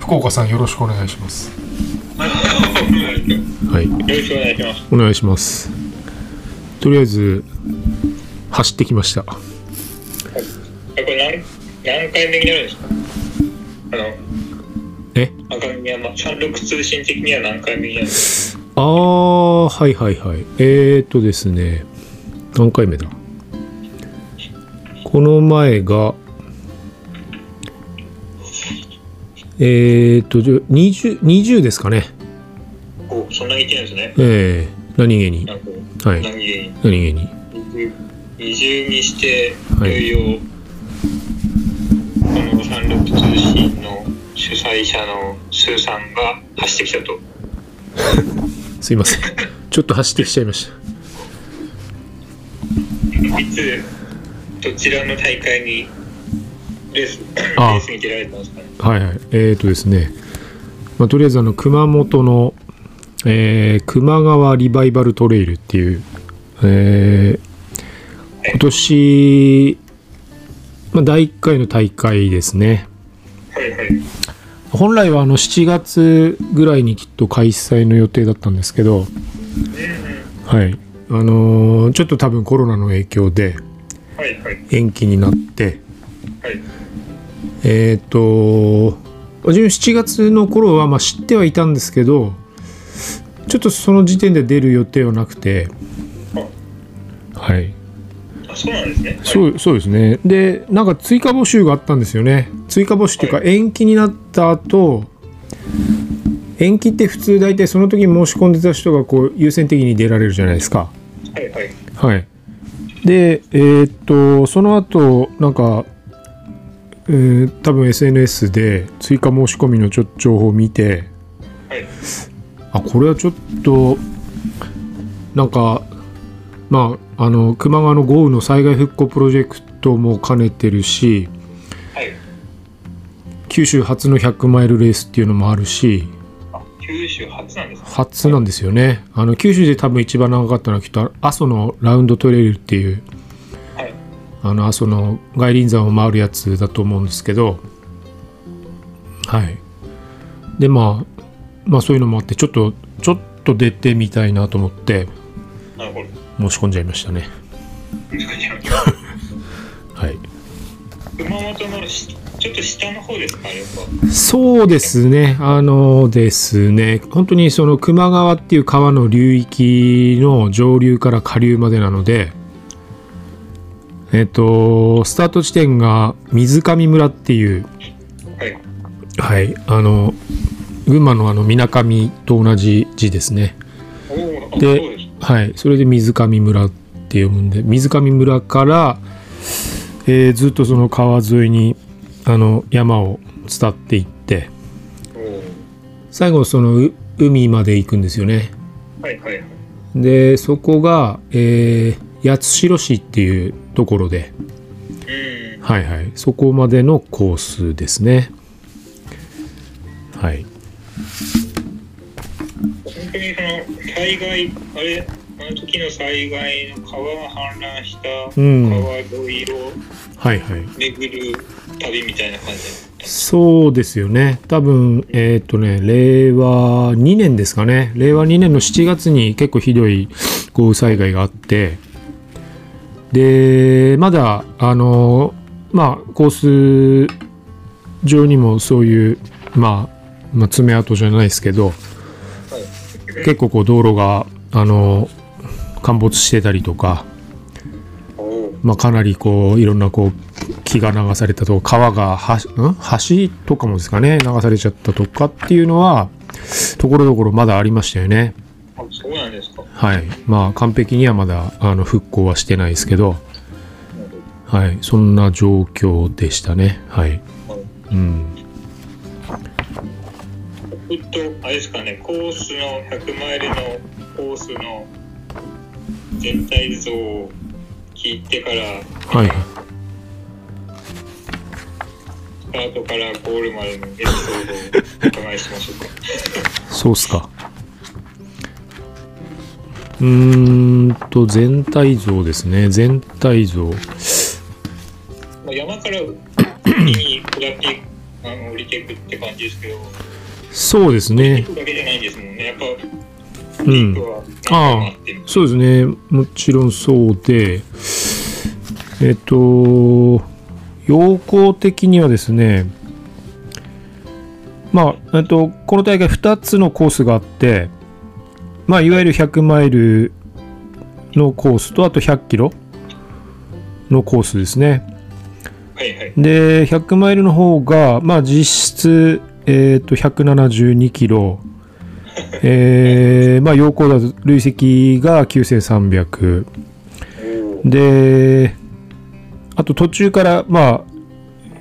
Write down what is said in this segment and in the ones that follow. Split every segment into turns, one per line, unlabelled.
福岡さんよろしくお願いします
はい
よろしくお願いします。
お願いしますとりあえず走ってきました
えこれ何何回目になるんですか
え
あの、赤身山、三六通信的には何回目になるんです
ああはいはいはいえー、とですね何回目だこの前がえー、とじゃ 20, 20ですかね
かおそんなにいってるんですね。
ええ何気に
なんか、
はい
何気に。
何気に
二重にして、
はい
いよいよ、この三六通信の主催者のスーさんが走ってきたと。
すいませんちょっと走ってきちゃいました
いつ、どちらの大会にレース、レ
あ
ースに出られたんですかね。
はいはい。えっ、とですね、まあ、とりあえずあの、熊本の、えー、球磨川リバイバルトレイルっていう、えー今年、まあ、第1回の大会ですね。
はいはい。
本来はあの7月ぐらいにきっと開催の予定だったんですけど、はい。あのーちょっと多分コロナの影響で
はいはい。
延期になって、
はい。
えっ、と、自分7月の頃はまあ知ってはいたんですけど、ちょっとその時点で出る予定はなくて、はい。
あ、そうなんですね。はい
そうそうですね。で、なんか追加募集があったんですよね。追加募集っていうか、
は
延期になった後、延期って普通大体その時に申し込んでた人がこう優先的に出られるじゃないですか。
はいはい。
はい。で、えーっと、その後、なんか、えー多分 SNS で追加申し込みのちょ情報を見て、
はい。
あ、これはちょっと、なんか、まあ、あの、熊川の豪雨の災害復興プロジェクトも兼ねてるし、
はい。
九州初の100マイルレースっていうのもあるし、
あ、九州初なんですか。
初なんですよね。あの、九州で多分一番長かったのはきっと、阿蘇のラウンドトレイルっていう、
はい。
あの阿蘇の外輪山を回るやつだと思うんですけどはいでまあまあそういうのもあってちょっとちょっと出てみたいなと思って
なるほど。
申し込んじゃいましたねはい
熊本のしちょっと下の方ですか、あれは。
そうですねあのですね本当にその球磨川っていう川の流域の上流から下流までなのでえっとスタート地点が水上村っていう
はい。
はい、あの群馬のあの水上と同じ字ですね。
おお、あ、そう
で
です。
はい、それで水上村って読むんで、水上村から、えーずっとその川沿いにあの山を伝っていって、
おお。
最後そのう海まで行くんですよね。
はいはいはい。
で、そこが、えー八代市っていうところで、
うん。
はいはい、そこまでのコースですね。はい。
本当にその災害、あれ、あの時の災害の川が氾濫した
うん
川沿いを
はいはい。
巡る旅みたいな感じ
そうですよね。多分、えーっ、とね、令和2年ですかね。令和2年の7月に結構ひどい豪雨災害があって、で、まだ、あの、まあ、コース上にもそういう、まあ、まあ、爪痕じゃないですけど、結構こう道路が、あの、陥没してたりとか、
おお。
まあ、かなりこういろんなこう木が流されたとか川がはん橋とかもですかね流されちゃったとかっていうのはところどころまだありましたよね
あ、そうなんですか。
はいまあ完璧にはまだあの復興はしてないですけど
なる
はいそんな状況でしたねはい
ほど。
うん
ずっと、あれですかね、コースの100マイルのコースの全体像を聞いてから、
はい
スタートからゴールまでのエピソードをお伺いしましょうか。
そうっすかうーんと全体像ですね全体像
まあ、山から海に下ってあの降りていくって感じですけど、
そうです
ピ
ね
ー。クだけじゃないんですもんね。やっぱ
う
ピーク
ん。
は何回もあって、
そうですね。もちろんそうで、えっと、要項的にはですね、まあ、えっと、この大会2つのコースがあって、まあ、いわゆる100マイルのコースと、あと100キロのコースですね。
はいはい。
で100マイルの方が、まあ、実質、えー、と172キロ、えーまあ、陽光だと累積が9300
お
であと途中から、ま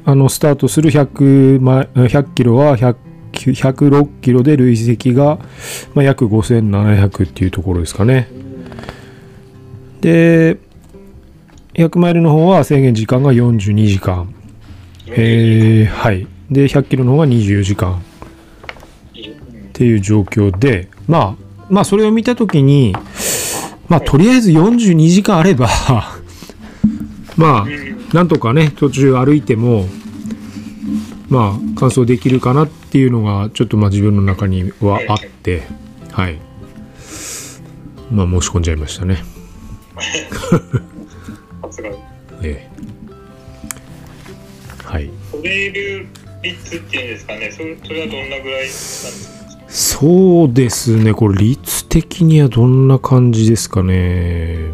あ、あのスタートする100マイ100キロは100 106キロで累積が、まあ、約5700っていうところですかね。で100マイルの方は制限時間が42時間。えーはい。で、100キロの方が24時間っ
ーうん
ていう状況で、まあ、まあ、それを見たときに、まあ、とりあえず42時間あれば、 ま
うん
あ、なんとかね、途中歩いても、まあ、完走できるかなっていうのが、ちょっとまあ自分の中にはあって、はい。まあ、申し込んじゃいましたね。
さすが。
ええ。はい。
トレイル率っていうんですかね、それそれはどんなぐらいなんですか
そうですね、これ、率的にはどんな感じですかね。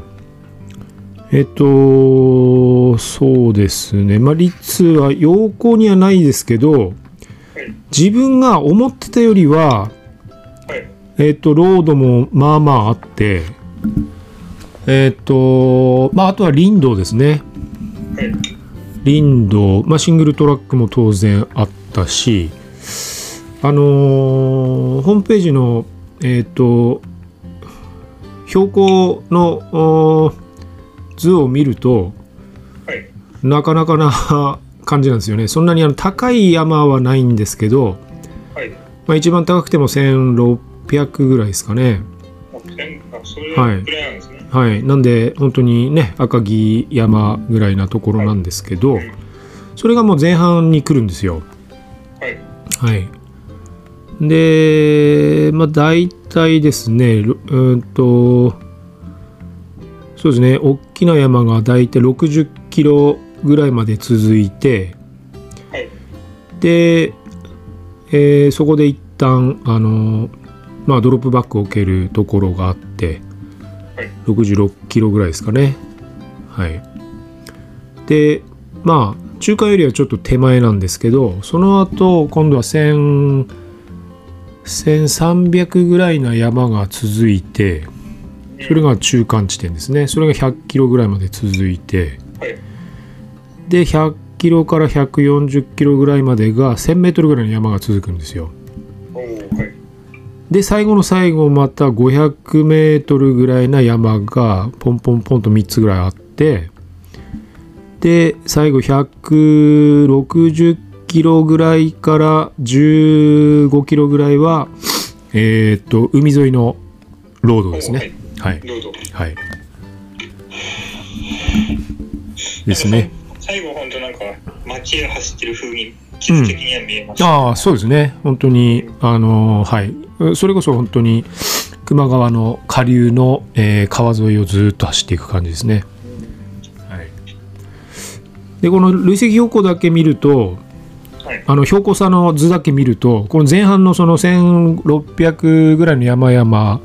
えっと、そうですね、まあ、率は要項にはないですけど、自分が思ってたよりは、
はい。
えっと、ロードもまあまああって、えっと、まあ、あとは林道ですね。
はい。
林道、まあ、シングルトラックも当然あったし、あのーホームページの、えっと標高のおー図を見ると
はい。
なかなかな 感じなんですよねそんなにあの高い山はないんですけど、
はい。
まあ、一番高くても1600ぐらいですかね
あ全部あそれ
はい
ぐらいなんですね。
はいなんで本当にね赤城山ぐらいなところなんですけど、
はい
それがもう前半に来るんですよ
は
は
い。
い。で、まあ大体ですね、ろうーんと、そうですね、大きな山が大体60キロぐらいまで続いて、
はい。
で、えーそこで一旦、あの、まあドロップバックを受けるところがあって、
はい
66キロぐらいですかね。はい。で、まあ、中華よりはちょっと手前なんですけど、その後、今度は1000 1300ぐらいな山が続いて、それが中間地点ですね。それが100キロぐらいまで続いて、
はい。
で、100キロから140キロぐらいまでが1000メートルぐらいの山が続くんですよ。
おーはい。
で、最後の最後、また500メートルぐらいな山がポンポンポンと3つぐらいあって、で、最後160キロぐらいから15キロぐらいは、えーっと、海沿いのロードですね。はい。
どうぞ。
はい。ですね。
最後、本当なんか、街へ走ってる風に、地図的には見えました。
ああそうですね本当にあのはいそれこそ本当に球磨川の下流の、えー川沿いをずっと走っていく感じですね、はい、でこの累積標高だけ見ると
はい。
あの標高差の図だけ見るとこの前半のその1600ぐらいの山々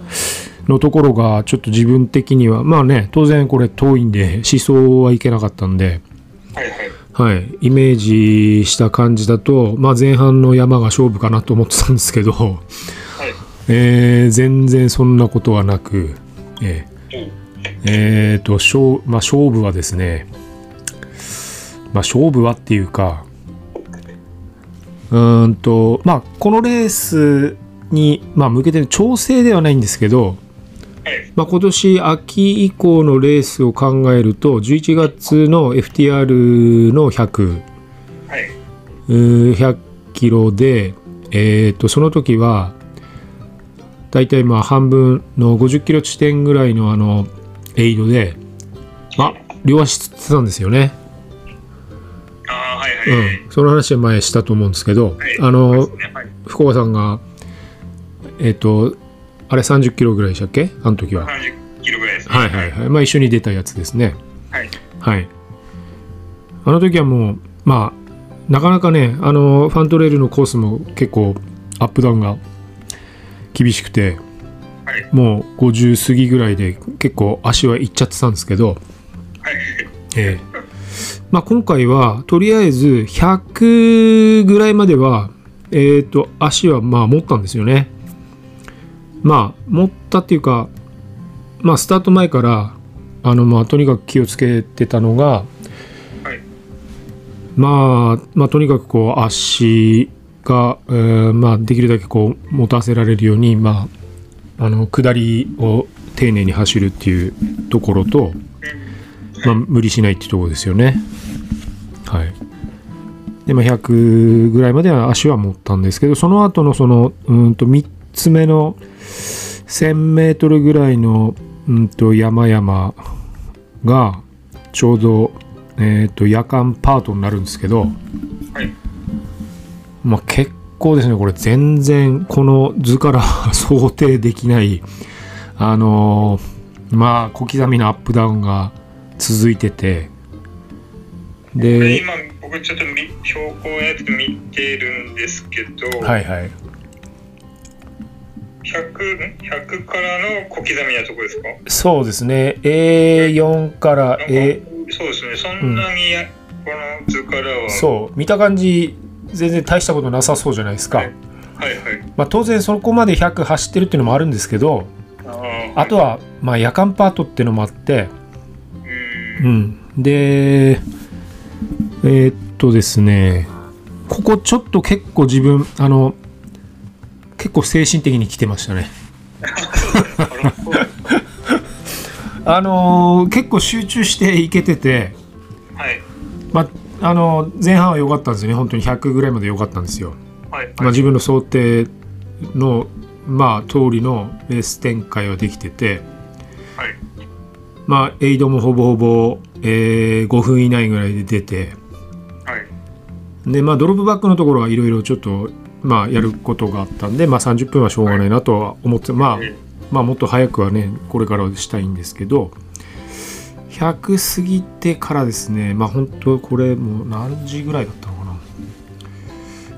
のところがちょっと自分的にはまあね当然これ遠いんで思想はいけなかったんで
はいはい。
はい、イメージした感じだと、まあ、前半の山が勝負かなと思ってたんですけど、
はい。
えー全然そんなことはなく、え
おー
ーえーと勝まあ、勝負はですね、まあ、勝負はっていうかうーんと、まあ、このレースに、まあ、向けての調整ではないんですけど、
はい。
まあ、今年秋以降のレースを考えると11月の FTR の100
はい。
うー100キロで、えー、とその時は大体まあ半分の50キロ地点ぐらいのあのエイドで、まあ、両足つってたんですよね。
ああはいはいうはい。
ん、その話は前したと思うんですけど、
はい
あ
そう
の
ですねはい
福岡さんがえっ、とあれ3 0キロぐらいでしたっけあの時は、
30キロぐらいですね。
はいはいはいまあ一緒に出たやつですね
はい
はいあの時はもうまあなかなかねあのファントレールのコースも結構アップダウンが厳しくて、
はい
もう50過ぎぐらいで結構足はいっちゃってたんですけど、
はい
ええまあ、今回はとりあえず100ぐらいまでは、えー、と足はまあ持ったんですよね。まあ持ったっていうか、まあ、スタート前からあのまあとにかく気をつけてたのが、
はい
まあ、まあとにかくこう足が、えーまあ、できるだけこう持たせられるように、まあ、あの下りを丁寧に走るっていうところと。まあ、無理しないってところですよね。はい。で、まあ、100ぐらいまでは足は持ったんですけど、その後のその、うーんと、3つ目の1000メートルぐらいの、うーんと、山々が、ちょうど、えっ、と、夜間パートになるんですけど、
はい
まあ、結構ですね、これ全然、この図から 想定できない、あのーまあ、小刻みなアップダウンが続いてて、
で
で、
今僕ちょっとみ標高のやつ見てるんですけど、
はいはい。
100ん100からの小刻みなとこですか
そうですね、A4 から
なんか
A、
そうですねそんなにや、この図からは
そう、見た感じ、全然大したことなさそうじゃないですか。
はいはい
まあ、当然、そこまで100走ってるっていうのもあるんですけど、
あ
あと
は
は、まあ、夜間パートっていうのもあって、
う
うんん、でえーっとですねここちょっと結構自分あの結構精神的に来てましたね
あらそう
あのー結構集中していけてて、
はい
まああのー前半は良かったんですよね本当に100ぐらいまで良かったんですよ、
はいはい
まあ、自分の想定のまあ通りのレース展開はできてて
はい
まあエイドもほぼほぼ、えー5分以内ぐらいで出て
はい
でまあドロップバックのところはいろいろちょっとまあやることがあったんで、まあ、30分はしょうがないなとは思って、まあ
うん
まあもっと早くはねこれからはしたいんですけど100過ぎてからですねまあ本当これもう何時ぐらいだったのかな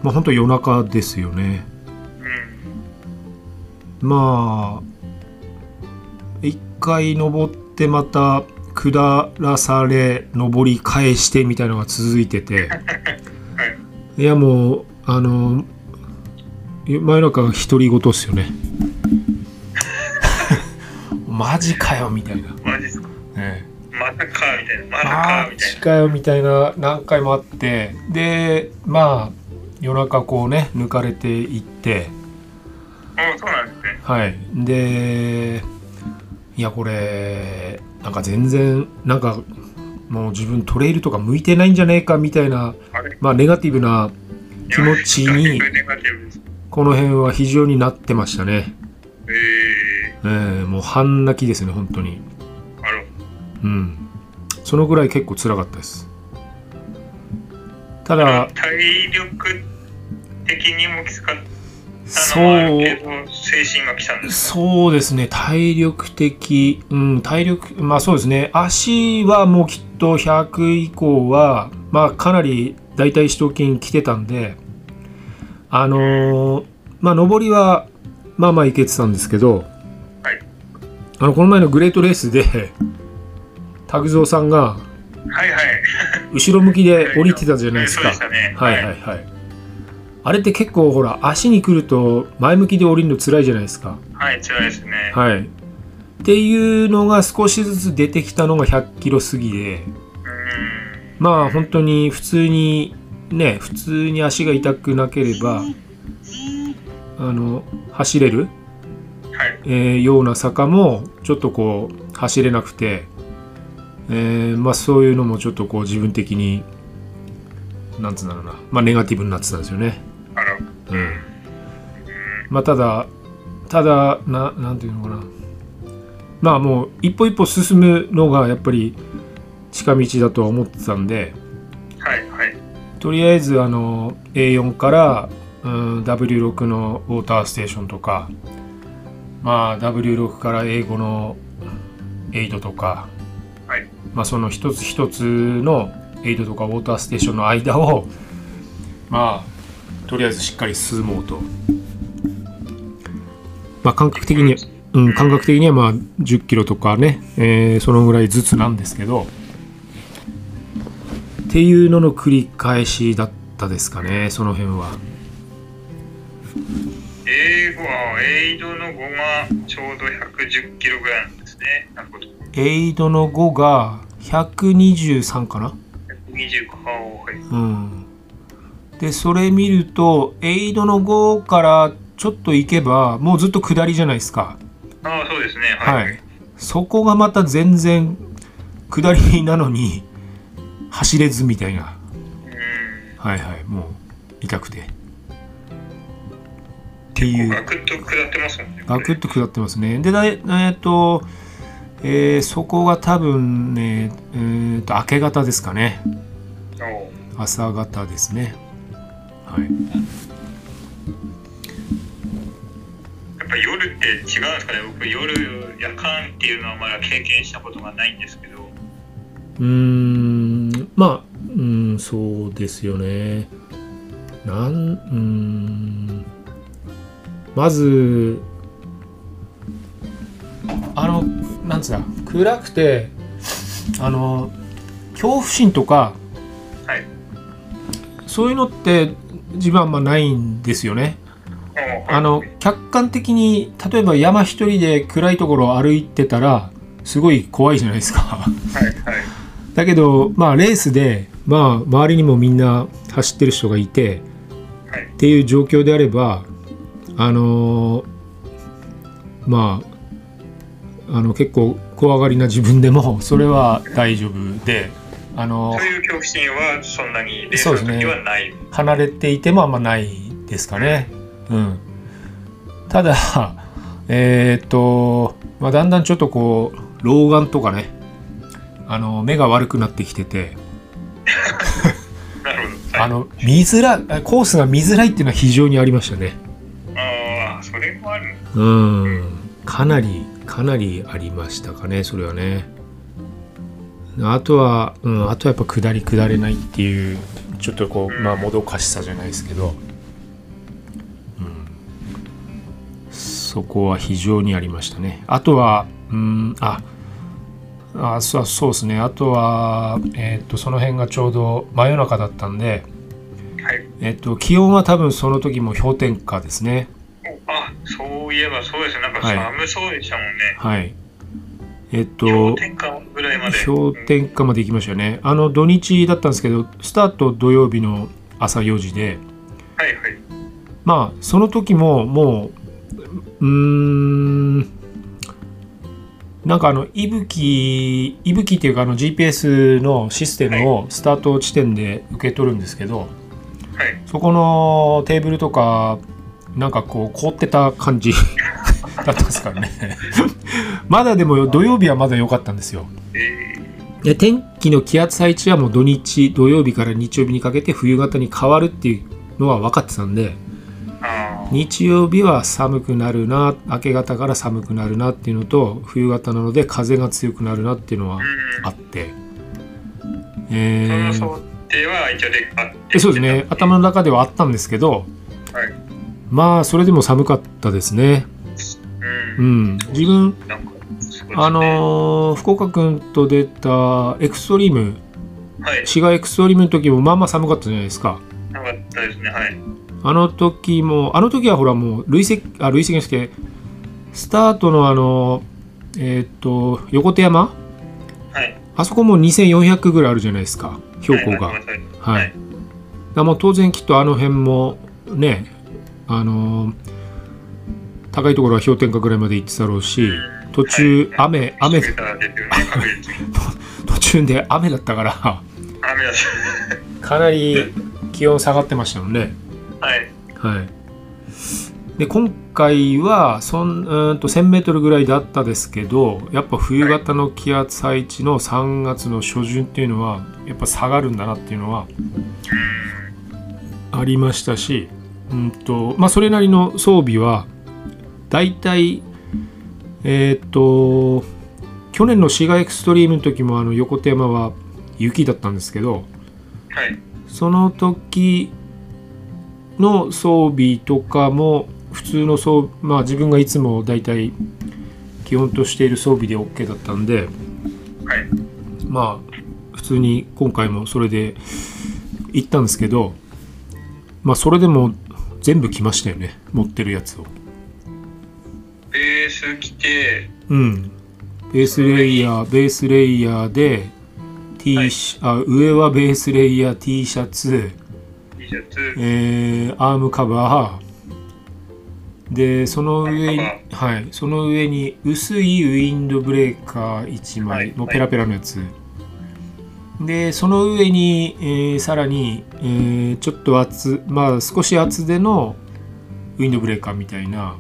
まあ本当夜中ですよねまあ一回登ってまた下らされ登り返してみたいのが続いて て、い、やもうあの真夜中が独り言っすよね マジかよみたいな、
マジっすか
ええ
またかみたいなまた
あー
かみたいな
近いよみたいな何回もあってでまあ夜中こうね抜かれていって
あそうなんですね
はいでいやこれなんか全然なんかもう自分トレイルとか向いてないんじゃねえかみたいな
あれ
まあネガティブな気持ちに
ネガティブです
この辺は非常になってましたね、
え
えーもう半泣きですね本当に
ー、あら
うんそのぐらい結構辛かったですただ
体力的にもきつかったのもあ
そ
る
う
けど精神がきたんです
そうですね体力的うん体力まあそうですね足はもうきっと100以降はまあかなり大体四頭筋来てたんであのーまあ上りはまあまあいけてたんですけど、
はい
あのこの前のグレートレースで拓蔵さんが
はいはい
後ろ向きで降りてたじゃないです
そう
か
でしたね
はいはいはいあれって結構ほら足に来ると前向きで降りるの辛いじゃないですか
はい、辛いですね。
はい、っていうのが少しずつ出てきたのが100キロ過ぎで
うーん。
まあ本当に普通にね普通に足が痛くなければあの走れる、
はい。
えーような坂もちょっとこう走れなくて、えーまあ、そういうのもちょっとこう自分的になんつうんだろうな、まあ、ネガティブになってたんですよね。
あら。
うんまあただただななんていうのかなまあもう一歩一歩進むのがやっぱり近道だとは思ってたんで
はい、はい。
とりあえずあの A4 から、うん、W6 のウォーターステーションとか、まあ、W6 から英語の8とか、
はい
まあ、その一つ一つの8とかウォーターステーションの間を、まあ、とりあえずしっかり進もうと。まあ、感覚的に、うん、感覚的にはまあ10キロとかね、えーそのぐらいずつなんですけど、っていうのの繰り返しだったですかねその辺は
英語はエイドの5がちょうど110キロぐらいなんですね。なるほど。
エイドの5が123かな
120か。はい。
うんでそれ見るとエイドの5からちょっと行けばもうずっと下りじゃないですか
ああ、そうですね。
は
はい。
いそこがまた全然下りなのに走れずみたいな
うん。
はいはいもう痛くてってい
結
う
構ガクッと下ってますもんね。
ガクッと下ってますね。で、だえーっと、えーそこが多分ね、えーっと、明け方ですかね。
と。おう
朝方ですね。はい。
やっぱ夜って違うんですかね。僕、夜夜間っていうのはまだ経験したことがないんですけど。
うーん、まあ、うーん、そうですよね。なん、うーん、まず、あの、なんつうんだ、暗くて、あの、恐怖心とか、
はい。
そういうのって自分はあんまないんですよね。あの客観的に例えば山一人で暗いところを歩いてたらすごい怖いじゃないですか。
はいはい。
だけどまあレースでまあ周りにもみんな走ってる人がいて
はい
っていう状況であればあのーまああの結構怖がりな自分でもそれは大丈夫であのー
そういう恐怖心はそんなにレース
そうです
の
ね
時はない。
離れていてもあんまないですかね。うん、ただ えーっと、まあ、だんだんちょっとこう老眼とかねあの目が悪くなってきてて
なるほど。
あ
はい、
の見づらいコースが見づらいっていうのは非常にありましたね。
ああ、それもある。
うんかなりかなりありましたかねそれはね。あとは、うん、あとはやっぱ下り下れないっていうちょっとこう、まあ、もどかしさじゃないですけど、うん、そこは非常にありましたねあとはうんああそうそうですねあとは、えーっとその辺がちょうど真夜中だったんで、
はい。
えーっと気温は多分その時も氷点下ですね
あ、そういえばそうですね。なんか
はい
寒そうでしたもんね。
はいえーっと
氷点下ぐらいまで。
氷点下まで行きましたよねあの土日だったんですけどスタート土曜日の朝4時で
はいはい。
まあその時ももううーんなんかあの息吹息吹っていうかあの GPS のシステムをスタート地点で受け取るんですけど
はい。
そこのテーブルとかなんかこう凍ってた感じ だったんですからね まだでも土曜日はまだ良かったんですよ
えー
で天気の気圧配置はもう土日土曜日から日曜日にかけて冬型に変わるっていうのは分かってたんで
あー
日曜日は寒くなるな明け方から寒くなるなっていうのと冬型なので風が強くなるなっていうのは
うん
あって、え
その
ー
想定は一応であって、
えそうですね頭の中ではあったんですけど
はい
まあそれでも寒かったですね
うん
う、ん自分
なんかそうですね
あのー福岡君と出たエクストリーム
はい
滋賀エクストリームの時もまあまあ寒かったじゃないですか
なかったですねはい
あの時も、あの時はほらもう累積、あ、累積ですけど、スタートのあの、えーっと、横手山
はい
あそこも2400ぐらいあるじゃないですか、標高が。
は
はいい。
はい
だからもう当然きっとあの辺もね、あのー高いところは氷点下ぐらいまで行ってたろうし、途中
はい
雨、雨、
雨が出てるね確実に
途中で雨だったから、
雨だし
かなり気温下がってましたもんね。
はい
はい、で今回はそんうーんと 1,000m ぐらいだったですけどやっぱ冬型の気圧配置の3月の初旬っていうのはやっぱ下がるんだなっていうのはありましたし、うんとまあ、それなりの装備は大体えーっと去年のシガエクストリームの時もあの横手山は雪だったんですけど
はい。
その時の装備とかも普通の装備まあ自分がいつも大体基本としている装備で OK だったんで、
はい。
まあ普通に今回もそれで行ったんですけどまあそれでも全部来ましたよね持ってるやつを
ベース着て、
うんベースレイヤーベースレイヤーで T シ、あ上はベースレイヤー T シャツ
T シャツ、
えーアームカバーでその上に
アーム、
はい、その上に薄いウィンドブレーカー1
はい
枚のペラペラのやつ、でその上に、えーさらに、えーちょっと厚まあ少し厚手のウィンドブレーカーみたいな、
は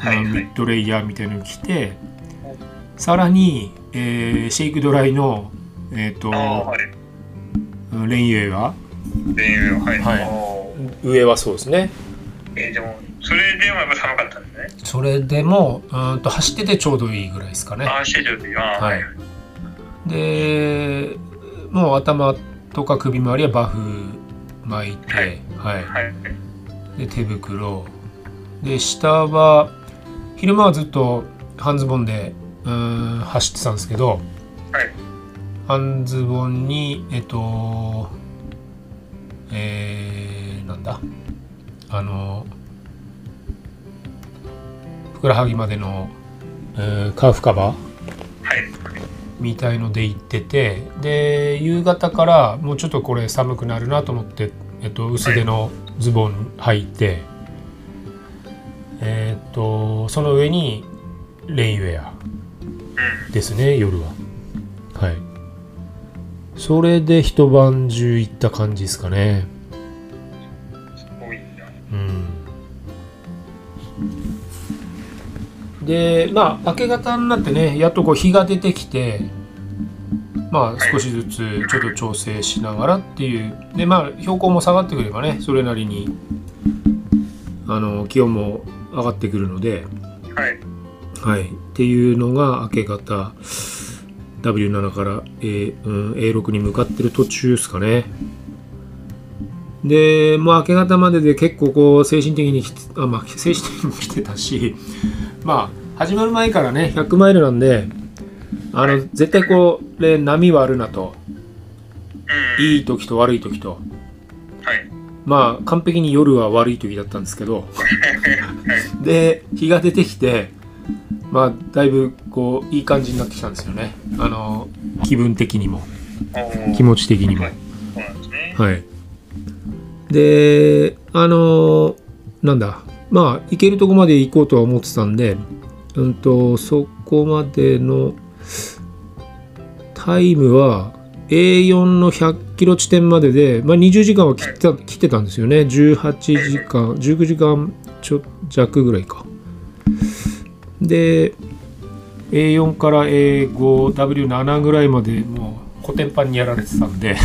あ
い
の
は
ミ
い。
ッドレイヤーみたいなの着て、
はい
さらに、えーシェイクドライの、えー、と
ああ、はい。
レインウェア
電流はい。
はい
あー
上はそうですね
えーでも、それでもやっぱ寒かったんですね。
それでもうーんと走っててちょうどいいぐらいですかね。
ああ、シェルビーは、
はい、でもう頭とか首周りはバフ巻いて、
は
はいい
はい。
で手袋で下は昼間はずっと半ズボンでうーん走ってたんですけど、
はい
半ズボンにえっとえー、なんだあのふくらはぎまでの、えーカーフカバー
はい。
みたいので行っててで夕方からもうちょっとこれ寒くなるなと思って、えっと、薄手のズボン履いて、えっとその上にレインウェアですね夜ははいそれで一晩中行った感じですかね
うん。多いんだ。
でまあ明け方になってねやっとこう日が出てきてまあ
い
少しずつちょっと調整しながらっていうでまあ標高も下がってくればねそれなりにあの気温も上がってくるので、
はい。
はい、っていうのが明け方 W7 から A、うん、A6 に向かってる途中ですかね。で、もう明け方までで結構こう精神的にきつあ、まあ、精神的に来てたし、まあ、始まる前からね、100マイルなんで、あの、絶対これ波はあるなと、
うん。
いい時と悪い時と、
はい。
まあ、完璧に夜は悪い時だったんですけど、で日が出てきてまあだいぶこういい感じになってきたんですよねあの気分的にも
おー
気持ち的にも
はいそうなんですね。
はいであのなんだまあ行けるとこまで行こうとは思ってたんでうんとそこまでのタイムは A4 の100キロ地点までで、まあ、20時間は切った切ってたんですよね18時間19時間ちょ弱ぐらいかで A4 から A5W7 ぐらいまでもうコテンパンにやられてたんで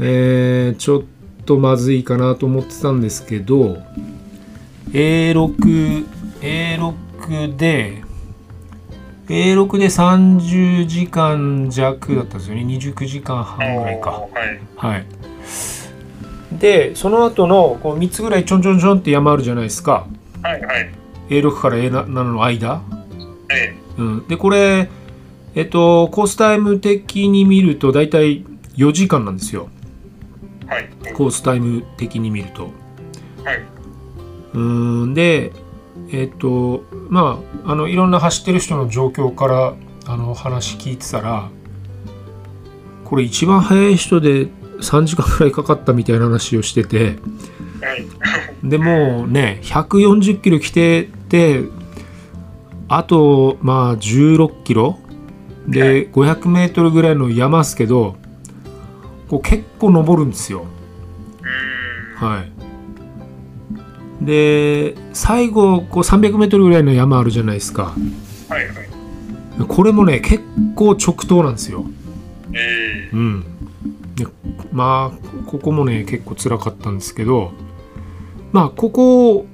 えーちょっとまずいかなと思ってたんですけど A6A6 で A6 で30時間弱だったんですよね29時間半ぐらいか
おーはい。
はいでその後のこう3つぐらいちょんちょんちょんって山あるじゃないですか
はい。はい。
A6 から A7 の間
え
うん、でこれ、えっと、コースタイム的に見ると大体4時間なんですよ
えはい。
コースタイム的に見ると。
はい。
うーんでえっとまああのいろんな走ってる人の状況からあの話聞いてたらこれ一番早い人で3時間ぐらいかかったみたいな話をしてて。
はい。
でもうね140キロ来ててあとまあ16キロ
は
で500メートルぐらいの山っすけどこう結構登るんですよ。
うーん。
はい、で最後こう300メートルぐらいの山あるじゃないですか
はい。はい。
これもね結構直投なんですよ。
ええ
うん、でまあここもね結構辛かったんですけどまあここを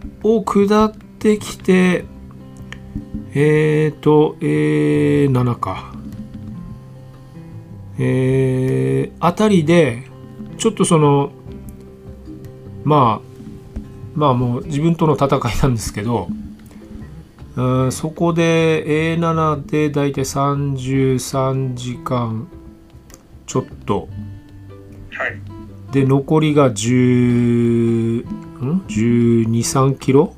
下ってきてえーとえー、7かえー、あたりでちょっとそのまあまあもう自分との戦いなんですけどうんそこで A7 で大体33時間ちょっと
はい。
で残りが1 2 3キロ、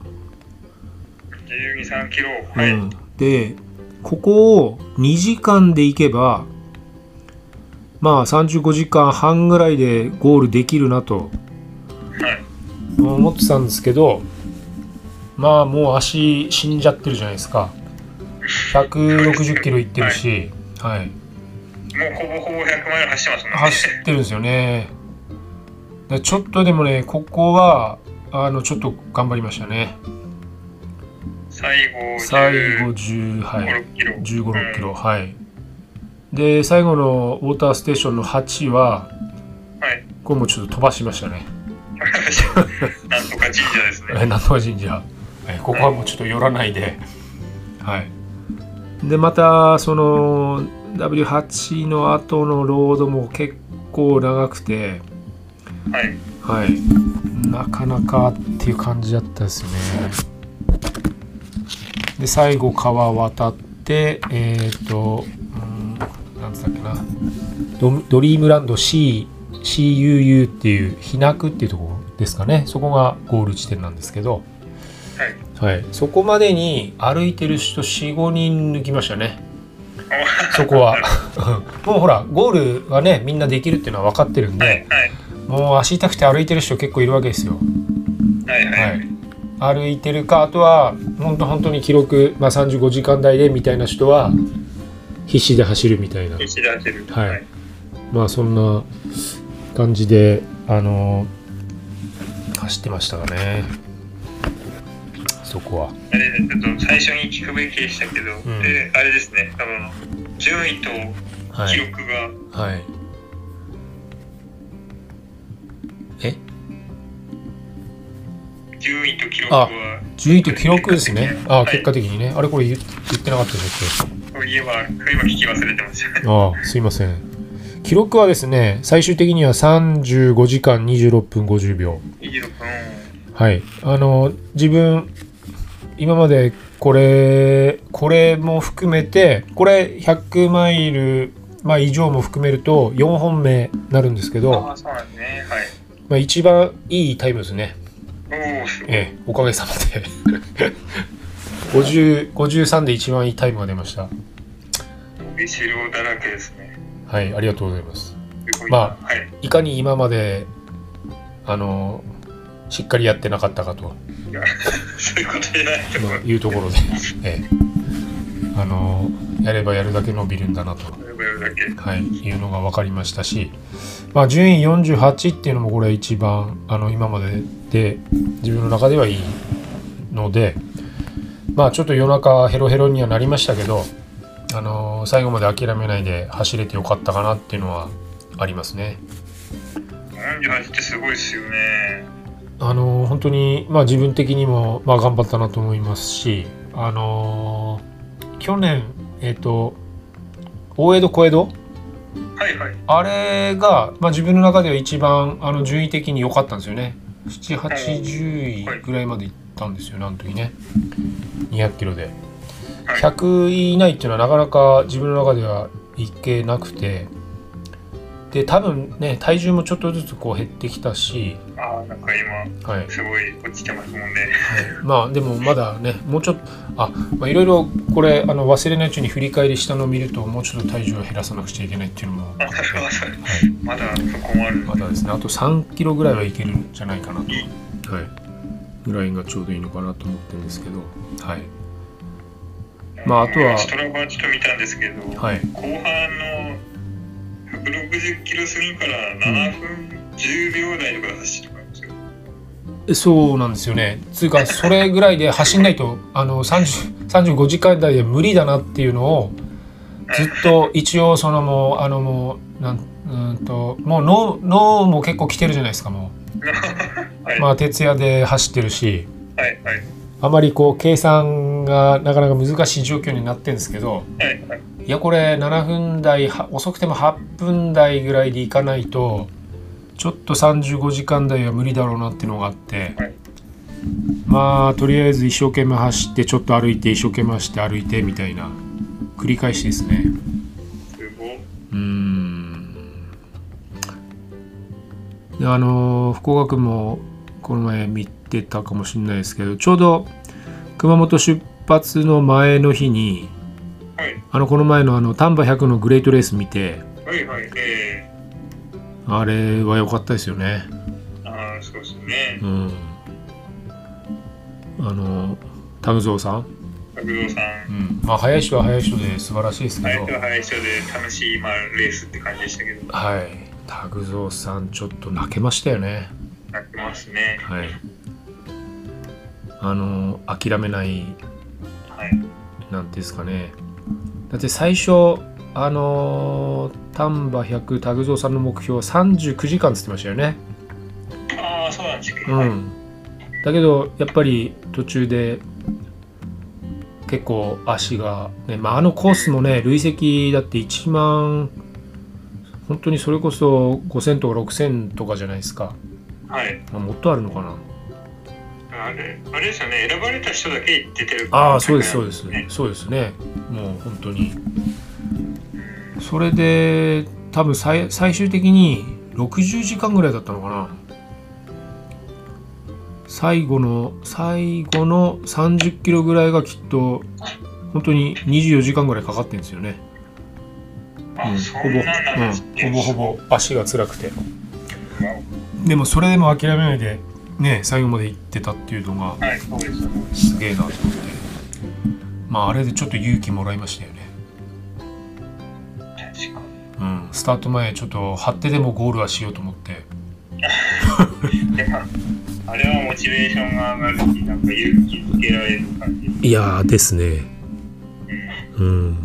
12、3キロ。はい。
うんでここを2時間で行けばまあ35時間半ぐらいでゴールできるなと
はい。
思ってたんですけどまあもう足死んじゃってるじゃないですか160キロいってるし、はい、
もうほぼほぼ100マイル走ってますもんね。
走ってるんですよねでちょっとでもねここはあのちょっと頑張りましたね
最後、
最後10
15、
はい
6キロ。
1 5 6キロ、はいで最後のウォーターステーションの8は
はい。
これもちょっと飛ばしましたね
なんとか神社ですね。
えなんとか神社えここはもうちょっと寄らないではいでまたその W8 の後のロードも結構長くて
はい。
はいなかなかっていう感じだったですねで最後川渡ってえっ、とうんなんつったっけなドドリームランド C CUU っていうひなくっていうところですかねそこがゴール地点なんですけど
はい。
はい、そこまでに歩いてる人45人抜きましたねそこは もうほらゴールがねみんなできるっていうのは分かってるんで、
はい。はい。
もう足痛くて歩いてる人結構いるわけですよ、
はい。はい。
はい、歩いてるかあとは本当本当に記録、まあ、35時間台でみたいな人は必死で走るみたいな
石田走る。
はいまあそんな感じであの走ってましたかねそこは
あれですちょっと最初に聞くべきでしたけど、
ん
であれですね、多分順位と
は
記
い
録が、
はい。え
順位と記録は、
順位と記録ですね。あ、
はい
結果的にね。あれこれ言言ってなかったでしたっ
そういえば、今聞き忘れてました。
けああ、すいません。記録はですね、最終的には35時間26分50秒。
26分、
はい。あの、自分、今までこれ、これも含めて、これ100マイル、まあ以上も含めると4本目なるんですけ
あ
ど、
あ、そうなんですね。
まあ一番いいタイムですね。
はい。おお、すごい。
ええ、おかげさまで 50 53で一番いいタイムが出ました
伸びしろだらけですね。
はいありがとうございます
すごい
ま
な。はい。
いかに今まであのしっかりやってなかったかと
いやそういうことじゃないと思う。
いうところで、 ええ、あのやればやるだけ伸びるんだなと、
それもやるだけ。
はい、いうのが分かりましたし、まあ、順位48っていうのもこれ一番あの今までで自分の中ではいいのでまあちょっと夜中ヘロヘロにはなりましたけど、あのー最後まで諦めないで走れてよかったかなっていうのはありますね。
48ってすごいですよね。
あのー本当に、まあ、自分的にも、まあ、頑張ったなと思いますし、あのー去年、えっと大江戸小江戸
はいはい。
あれが、まあ、自分の中では一番あの順位的に良かったんですよね780位ぐらいまで行ったんですよねあの時ね200キロで
はい
100位以内っていうのはなかなか自分の中ではいけなくてで多分ね体重もちょっとずつこう減ってきたし、
ああ、なんか今、
はい、
すごい落ちてますもんね。
まあでもまだねもうちょっとあまあいろいろこれあの忘れないうちに振り返りしたのを見るともうちょっと体重を減らさなくちゃいけないっていうのも
あ、それはそれ。 まだそこもある。
まだですね、あと3キロぐらいはいけるんじゃないかなと、はい、ぐらいがちょうどいいのかなと思ってるんですけど、はい、まああとは
ストラバーちょっと見たんですけど、
はい、
後半の160キロ過ぎから7分10秒台とかで走ってたんですよ。
えそうなんですよね。つうか、それぐらいで走んないと、あの30 35時間台で無理だなっていうのを、ずっと一応、そのもう、あのもう、なんうーんともう脳脳も結構来てるじゃないですかも、
はいう
まあ徹夜で走ってるし
はいはい
あまりこう計算がなかなか難しい状況になってるんですけど
はいはい
いやこれ7分台は遅くても8分台ぐらいでいかないとちょっと35時間台は無理だろうなっていうのがあって
はい
まあとりあえず一生懸命走ってちょっと歩いて一生懸命走って歩いてみたいな繰り返しですね
すごいう
ーんであの福岡君もこの前見てたかもしれないですけどちょうど熊本出発の前の日に
はい
あのこの前のあの丹波100のグレートレース見て
はいはいえ
あれは良かったですよね
ー、ああそうですね
うんあの田無蔵さん、
角度さん
うん、まあ早い人は早い人で素晴らしいですけ
早い
ど
人は早い人で楽しい、まあ、レースって感じでしたけど
はい田無蔵さんちょっと泣けましたよね
なってますね
はいあの諦めない
はい
なんていうんですかねだって最初あの丹波100田無蔵さんの目標は39時間っつってましたよね
ああそうなんですけど、
う
はい
ん、だけどやっぱり途中で結構足が、ねまあ、あのコースもね累積だって1万本当にそれこそ5000とか6000とかじゃないですか
はい
あもっとあるのかな
あれあれですよね選ばれた人だけ出てる
ああそうですそうです
ね
そうですねもう本当にそれで多分最最終的に60時間ぐらいだったのかな最後の最後の30キロぐらいがきっと本当に24時間ぐらいかかってるんですよね、
あ
うん
そんなんなんですね
ほぼ、うん、ほぼほぼ足が辛くてでもそれでも諦めないでね最後まで行ってたっていうのが
はいそうですよね
すげえなと思ってまああれでちょっと勇気もらいましたよね
確か
うんスタート前ちょっと張ってでもゴールはしようと思って
にでもあれはモチベーションが上がるしなんか勇気づけられる感じ
いやーですねうん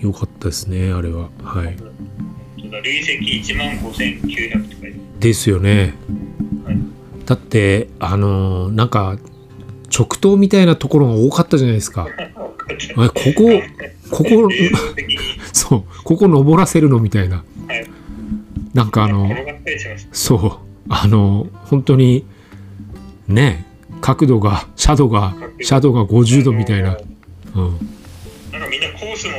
よかったですねあれははい
ちょっと累積1万5900とかです
ですよね
はい
だってあのーなんか直投みたいなところが多かったじゃないですか
あこ
えここここ
的に
そうここ登らせるのみたいな
はい
なんかあの
転がったりしまし
そうあの本当にね角度がシャドウがシャドウが
た
50度みたい
あ
な
の、
うん、
なんかみんなコースも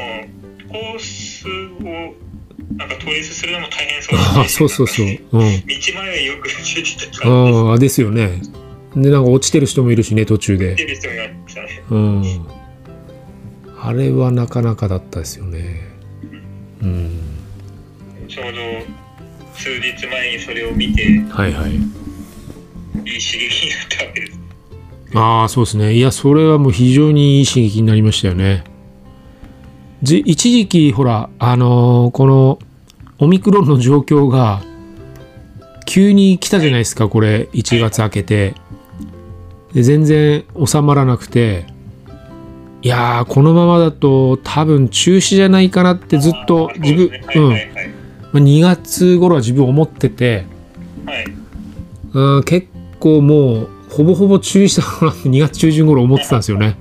コースをなんか統一するのも大変そうですね
あそうそうそう、うん、
道前はよくついてたから
ああですよねでなんか落ちてる人もいるしね途中
出
で、
る人もいましたね。
うん、あれはなかなかだったですよねうん
ちょうど数日前にそれを見て、いい
はいはい
刺激になったわけです。
ああそうですねいやそれはもう非常にいい刺激になりましたよねじ一時期ほらあのーこのオミクロンの状況が急に来たじゃないですかこれ1月明けてで全然収まらなくていやーこのままだと多分中止じゃないかなってずっと
あー
自分
そうですね
うんまあ2月頃は自分思ってて
はいはいはいはい
うん結構もうほぼほぼ中止したかなって2月中旬頃思ってたんですよね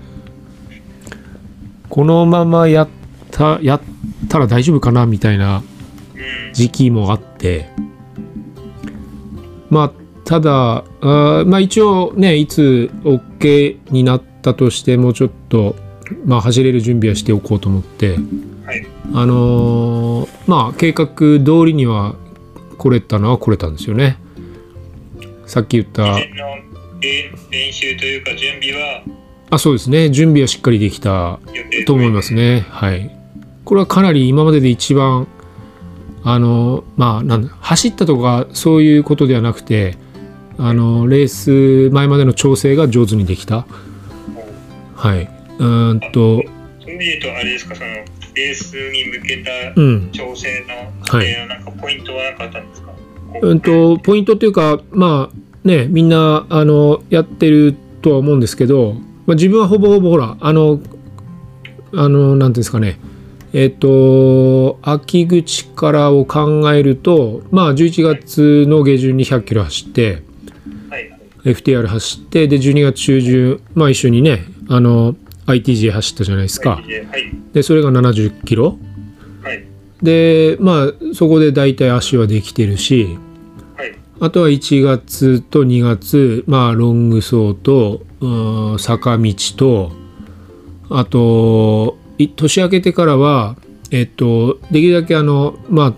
このままやったやったら大丈夫かなみたいな
うん
時期もあってまあただあーまあ一応ねいつ OK になったとしてもちょっと、まあ、走れる準備はしておこうと思って、
はい
あのーまあ計画通りには来れたのは来れたんですよねさっき言った
事前の練練習というか準備は
あそうですね準備はしっかりできた
予定
と思いますね。はい。これはかなり今までで一番、あの、まあ、なんだ走ったとかそういうことではなくて、あの、レース前までの調整が上手にできた。はい。うーんと、
そういう意味で言うとあれですかそのレースに向けた
うん。
調整の、
はい
えーなんかポイントはなかったんですか
うんと、ポイントというか、まあ、ね、みんな、あの、やってるとは思うんですけど、まあ、自分はほぼほぼほら、あの、あの、なんていうんですかね、えっ、と秋口からを考えるとまあ11月の下旬に100キロ走って
はいはい
FTR 走ってで12月中旬まあ一緒にねあの ITJ 走ったじゃないですか
はいはい
でそれが70キロ
はい
でまあそこで大体足はできてるし
はい
あとは1月と2月、まあ、ロング走と、うーん坂道と、あと、い年明けてからは、えっと、できるだけあの、まあ、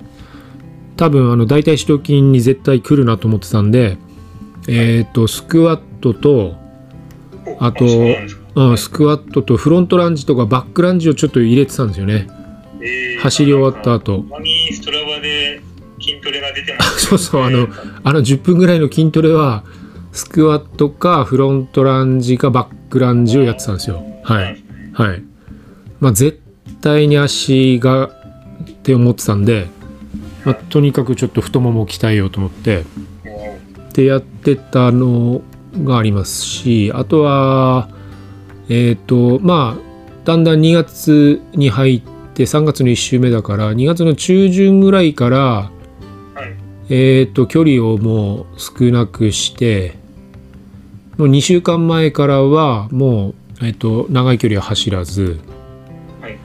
多分、あの、大腿四頭筋に絶対来るなと思ってたんで、えっと、スクワットと、
お
あと
そうなんですか
うん、スクワットとフロントランジとかバックランジをちょっと入れてたんですよね。
えー
走り終わった後
たまにストラバで筋トレが出てます、
そうそうあのあの10分ぐらいの筋トレはスクワットかフロントランジかバックランジをやってたんですよはいはいまあ絶対に足がって思ってたんで、まあ、とにかくちょっと太ももを鍛えようと思って
も
でやってたのがありますしあとはえっ、とまあだんだん2月に入って3月の1週目だから2月の中旬ぐらいから
うはい
えー、と距離をもう少なくしてもう2週間前からはもう、えー、と長い距離は走らず
はい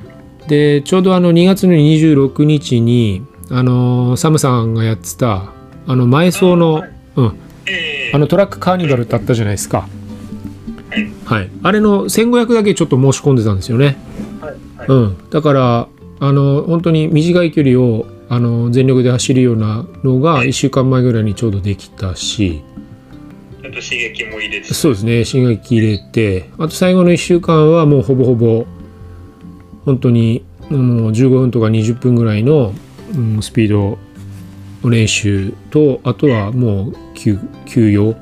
でちょうどあの2月の26日にあのーサムさんがやってたあの前走の,、
はい
うん、
えー
あのトラックカーニバルってあったじゃないですか
はい、
はい、あれの1500だけちょっと申し込んでたんですよね
はいはい
うん、だからあの本当に短い距離をあの全力で走るようなのが1週間前ぐらいにちょうどできたし
ちょっと刺激も入れて
そうですね新学期入れてあと最後の1週間はもうほぼほぼ本当にもう15分とか20分ぐらいの、うん、スピード練習とあとはもう休休養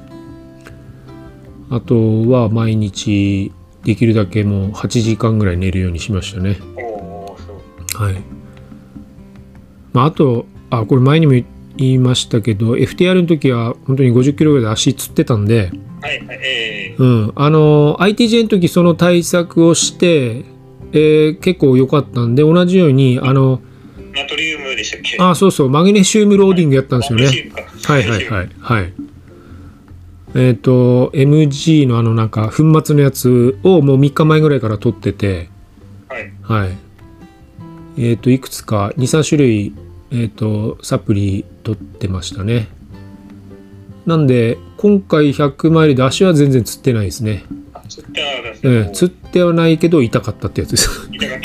あとは毎日できるだけもう8時間ぐらい寝るようにしましたね。
おーそう
はい。まあ、あと、あ、これ前にも言言いましたけど、FTR の時は本当に50キロぐらいで足つってたんで、
はいはいえ
うん、あの、ITJ の時その対策をして、えー結構良かったんで、同じように、あの、
ー、ナトリウムでしたっけ
あ、そうそう、マグネシウムローディングやったんですよね。は
はい
はい
い
はいはい。えっ、と、MG のあのなんか、粉末のやつをもう3日前ぐらいから取ってて、
はい
はい。えっ、と、いくつか、2、3種類、えっ、と、サプリ取ってましたね。なんで、今回100マイルで足は全然つってないですね。
あ釣ったんだ
うん、つってはないけど痛かったってやつ です。
痛かっ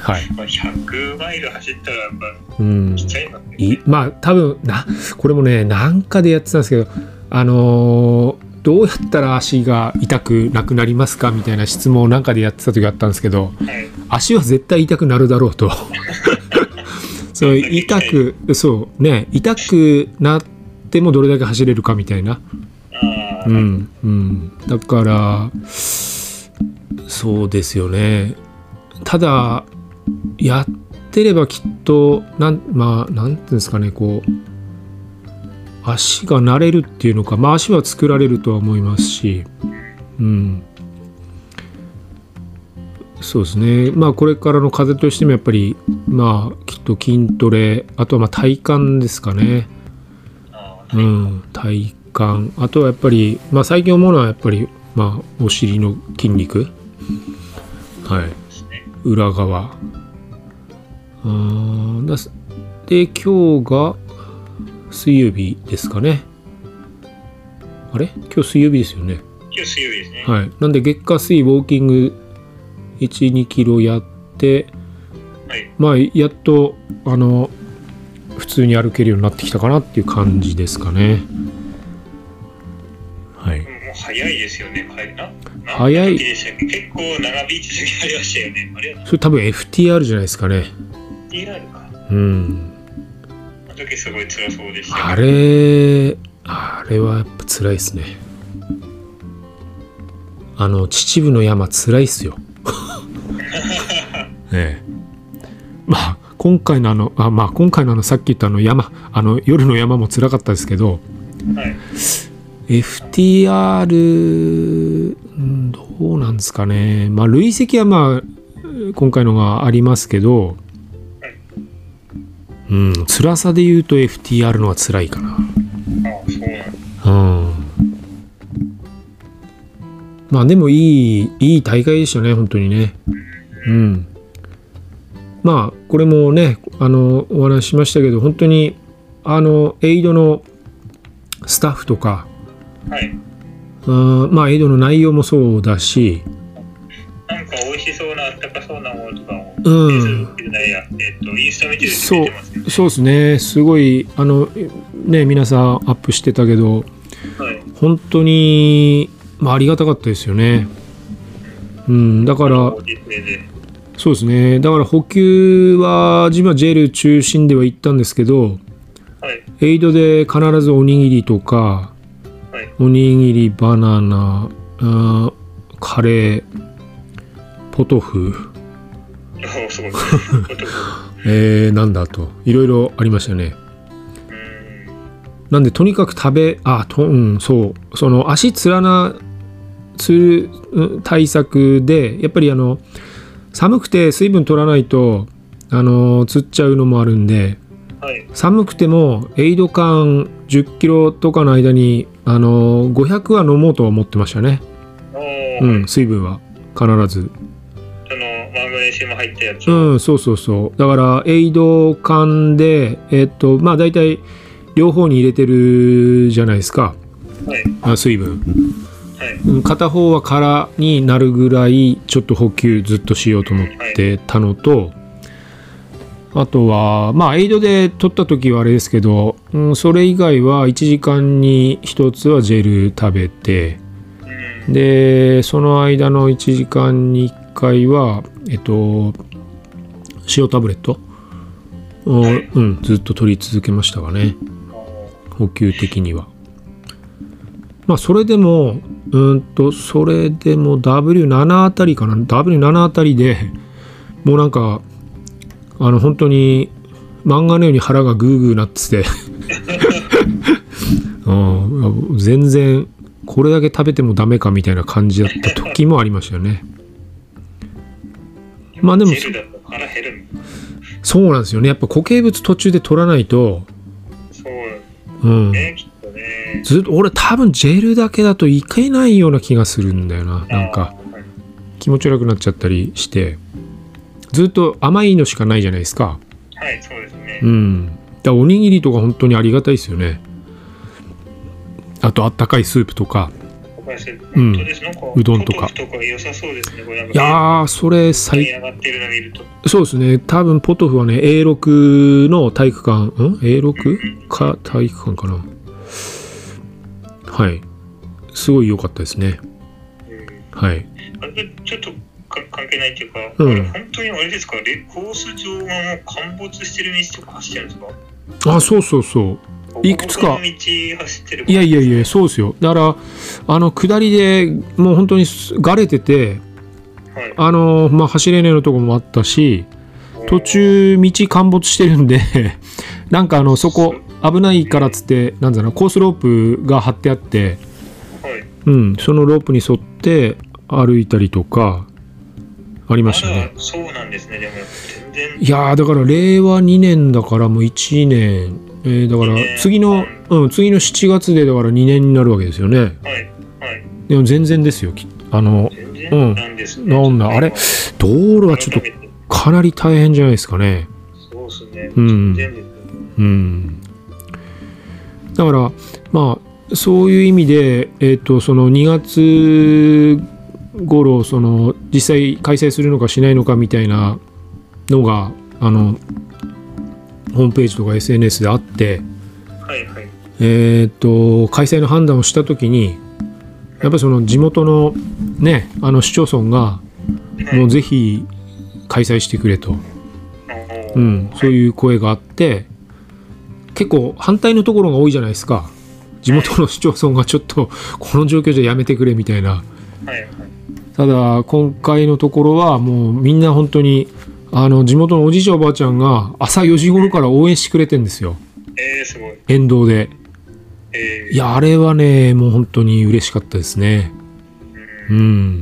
た
はい
まあ100マイル走ったらやっぱ
うん。
きちゃいますね
いまあ、多分な、これもね、なんかでやってたんですけど、あのーどうやったら足が痛くなくなりますかみたいな質問をなんかでやってた時があったんですけど、
はい
足は絶対痛くなるだろ うとそう痛くそうね痛くなってもどれだけ走れるかみたいな
ああ、
う
はい
んうんだからそうですよねただやってればきっとなんまあなんていうんですかねこう足が慣れるっていうのかまあ足は作られるとは思いますしうんそうですねまあこれからの風としてもやっぱりまあきっと筋トレあとはまあ体幹ですかね
あー
うん、体幹あとはやっぱり、まあ、最近思うのはやっぱり、まあ、お尻の筋肉はい
ですね
裏側あーだすで今日が水曜日ですかねあれ今日水曜日ですよね
今日水曜日ですね
はいなんで月火水ウォーキング12キロやって
はい
まあやっとあの普通に歩けるようになってきたかなっていう感じですかね。はい。
もう早いですよね、帰りな。な
早い
何でしたっけ結構長引き続きありましたよね。あれは
それ多分 FTR じゃないですかね。
TR か。
うん。
あの時すごい辛そうでした。
あれあれはやっぱ辛いですね。あの秩父の山辛いっすよ。 ええ。まあ今回のあのあまあ今回のあのさっき言ったあの山あの夜の山も辛かったですけど。
はい。
FTR うんどうなんですかねまあ累積はまあ今回のがありますけど、うん、辛さで言うと FTR のは辛いかな。
あそうなん
うん。まあでもいい、いい大会でしたね、本当にね。うん。まあ、これもね、あの、お話ししましたけど、本当に、あの、エイドのスタッフとか、
はい
うんまあ、エイドの内容もそうだし、
なんか美味しそうなあったかそうなものとかを
う
フェイスブ
ん
ッ、クじゃないや、えっと、インスタ見てる人見てますね。
そうですね、すごい、あの、ね、皆さんアップしてたけど、
はい。
本当に、まあ、ありがたかったですよね。うん、だから、
ご実名で。
そうですね、だから補給は、自分はジェル中心では行ったんですけど、
はい。
エイドで必ずおにぎりとか、
はい
おにぎり、バナナ、うんカレー、ポトフ、
あすごい。
えー、なんだと、いろいろありましたね。
うん。
なんでとにかく食べあとうんそうその足つらなつるうん対策でやっぱりあの寒くて水分取らないとあのつっちゃうのもあるんで
はい。
寒くてもエイド缶10キロとかの間にあの500は飲もうとは思ってましたね
お
う
ー
ん水分は必ず
その、マグネシウム入ったやつ。
うんそうそうそうだからエイド缶でえっとまあ大体両方に入れてるじゃないですか
はい。
あ水分
はい。
うん片方は空になるぐらいちょっと補給ずっとしようと思ってたのと、あとはまあエイドで取った時はあれですけど、うん、それ以外は1時間に1つはジェル食べて
うん。
でその間の1時間に1回はえっと塩タブレットを、
はい
うん、ずっと取り続けましたがね。補給的には。まあそれでもうーんとそれでも W7 あたりかな W7 あたりでもうなんかあの本当に漫画のように腹がグーグーなってて うん全然これだけ食べてもダメかみたいな感じだった時もありましたよね。まあでも
ジェルだと腹減るの。
そうなんですよねやっぱ固形物途中で取らないと、
そう
うん、
ね、きっとね。
ずっと俺多分ジェルだけだといけないような気がするんだよななんか
あー。はい
気持ち悪くなっちゃったりしてずっと甘いのしかないじゃないですか
はい、そうですね
う。んだからおにぎりとか本当にありがたいですよねあとあったかいスープとか
お菓子
うん
本当ですなんか
うどんとか
ポトフとか良さそうですね。これなん
い
か
やーそれ
盛り
最
上がってるの見ると。
そうですね多分ポトフはね A6 の体育館ん A6 か体育館かなはいすごい良かったですね
うん
はい
あれちょっとか関係ないっていうか、
うん
あれ本当にあれですか、レコース上がもう陥没してる道とか走ってるんですか
あそうそうそういくつか
僕の道走ってる
いやいやいや、そうですよ。だから、あの、下りでもう本当にすがれてて、
はい、
あの、まあ、走れねえのとこもあったし、途中、道陥没してるんで、 なんかあの、そこ、危ないからっつって、なんだろうな、コースロープが張ってあって、
はい、
うん、そのロープに沿って歩いたりとか、ありま
ま
したね。
だそうなんですね、でも全然
いやーだから令和2年だからもう1年、えーだか
いいね
ら次の、うん、次の7月でだから2年になるわけですよね。
はい、はい、
でも全然ですよ、きあの、
全
うん
然なんですね。
なんだあれ道路は
は
ちょっとかなり大変じゃないですかね。
そうですね、
うん
全然ですね
うん。だからまあそういう意味でえっ、とその2月頃その実際開催するのかしないのかみたいなのがあのホームページとか SNS であって
はい、はい、
えー、と開催の判断をした時にやっぱりその地元のねあの市町村が
はい
もうぜひ開催してくれと。
おー
うん、そういう声があって結構反対のところが多いじゃないですか地元の市町村がちょっとこの状況じゃやめてくれみたいな
はい、はい、
ただ今回のところはもうみんな本当にあの地元のおじいちゃんおばあちゃんが朝4時頃から応援してくれてんですよ
えー、すごい。
沿道で
えー、
いやあれはねもう本当に嬉しかったですね
うん
うん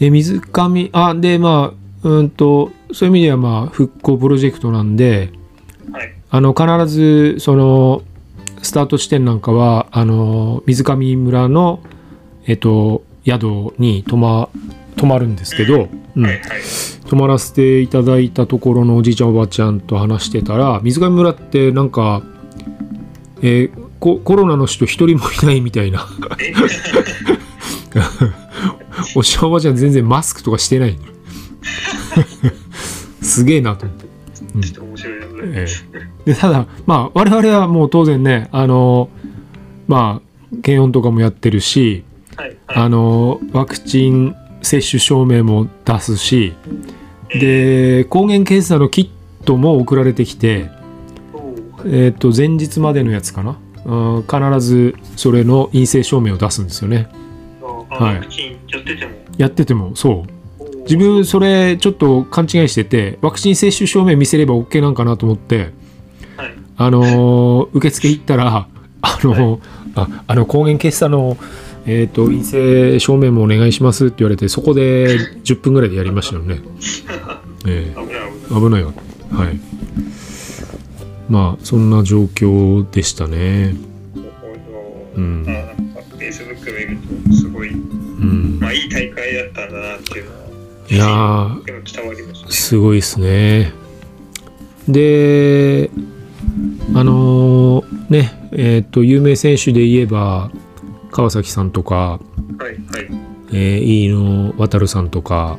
でで水上あでまあうんとそういう意味ではまあ復興プロジェクトなんで
はい。
あの必ずそのスタート地点なんかはあの水上村のえっと宿に泊ま泊まるんですけど、うん
はい。はい。
泊まらせていただいたところのおじいちゃんおばあちゃんと話してたら水上村ってなんか、えーココロナの人一人もいないみたいな
え
おじいちゃんおばあちゃん全然マスクとかしてない すげえなと思って。
ちょっと面白いですね。
ええでただまあ我々はもう当然ねあのまあ検温とかもやってるし
はい。は
あのワクチン接種証明も出すし
い。
で抗原検査のキットも送られてきて、
そう
えー、と前日までのやつかな、うん、必ずそれの陰性証明を出すんですよね
あ
はい
ワクチンやってても。
やっててもそう
おー
自分それちょっと勘違いしててワクチン接種証明見せれば OK なんかなと思って
はい。
あのー受付行ったら、あのーああの抗原検査の、えー、と陰性証明もお願いしますって言われてそこで10分ぐらいでやりましたよね。ええ
危ない危ない。
危ないわはいまあそんな状況でしたね
なるほ
う
ど。
ん
まあなんか、フェイスブック見ると、すごい、
うん
まあ、いい大会だったんだなっていうのは、
いやー
でも伝わりまし
すごいですねであのーねえっ、と有名選手で言えば川崎さんとか
た。はい。はい。
えー、飯野渉さんとか、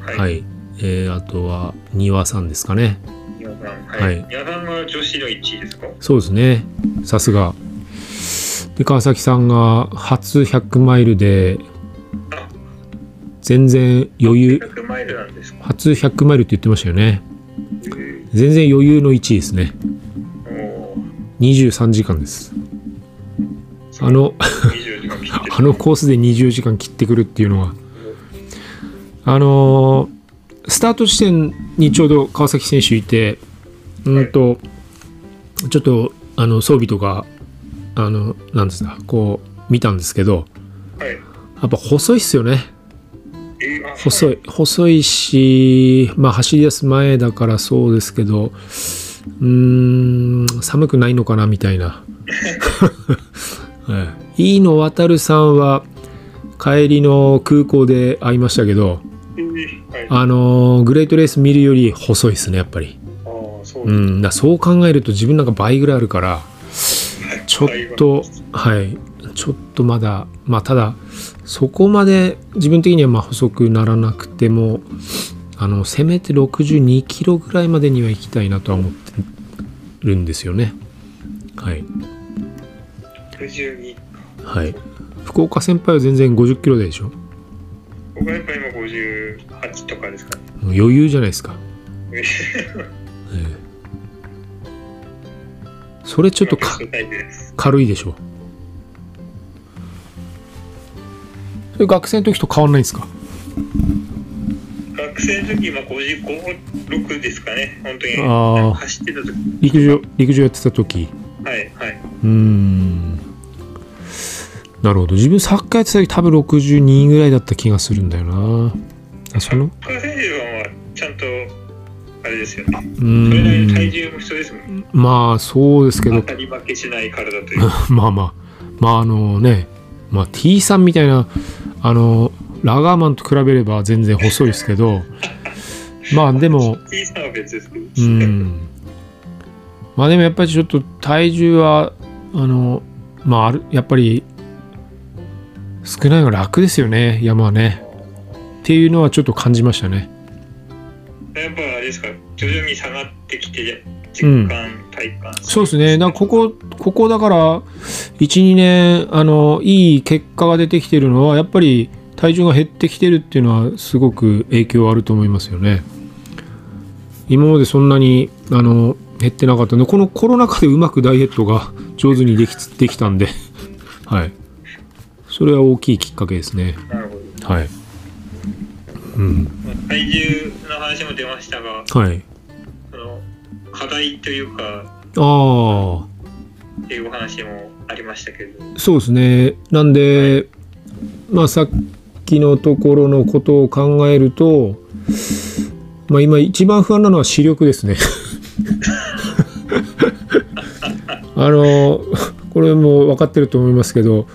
はい
はい。
えーあとは丹羽さんですかね
宮さん。
は
はいい。宮さんは女子の1位ですか
そうですねさすがで川崎さんが初100マイルで
あ
全然余裕
100マイルなんですか
初100マイルって言ってましたよね
えー
全然余裕の1位ですね
おー
23時間ですあの
20時間切ってる
あのコースで20時間切ってくるっていうのはあのースタート地点にちょうど川崎選手いてうんと、ちょっとあの装備とかあのなんですかこう見たんですけど
はい。
やっぱ細いっすよね
えーあ
細い細いし、まあ、走り出す前だからそうですけどうーん寒くないのかなみたいなはい飯野渉さんは帰りの空港で会いましたけど
えーはい。あ
あのーグレートレース見るより細いですねやっぱり、
あー、そう
う
です
ん、だからそう考えると自分なんか倍ぐらいあるからちょっとはいちょっとまだまあただそこまで自分的にはまあ細くならなくてもあのせめて62キロぐらいまでには行きたいなとは思ってるんですよねはい
62
はい福岡先輩は全然50キロでしょ
僕はやっぱ今58とかですかね
もう余裕じゃないですか、
えー
ええそれちょっと か
ベストタイムです
軽いでしょそれ学生の時と変わんないんですか
学生の時今556ですかね本当に
あー
走ってた時
陸上陸上やってた時
はいはいう
ーんなるほど自分サッカーやってた時多分62ぐらいだった気がするんだよなあその
学生時はちゃんとあれですよね
う
それなりに
ー
体
ん
重も必要ですもんね
まあそうですけ
当
ど
たり負けしない体というか
まあまあまああのね、まあ、T さんみたいなあのラガーマンと比べれば全然細いですけどまあでも
小さなは別ですけど
うんまあでもやっぱりちょっと体重はあのまああるやっぱり少ないのが楽ですよね山はねっていうのはちょっと感じましたね
やっぱあれですか徐々に下がってきて実感、体感
そうですねだからここここだから12年あのいい結果が出てきてるのはやっぱり体重が減ってきてるっていうのはすごく影響あると思いますよね今までそんなにあの減ってなかったんでこのコロナ禍でうまくダイエットが上手にできつできたんで はいそれは大きいきっかけですね
なるほど
はいうん
体重の話も出ましたが
はい
その課題というか
ああ
っていうお話もありましたけど
そうですね。なんで、まあさっきのところのことを考えると、まあ、今一番不安なのは視力ですね。 あのこれも分かってると思いますけど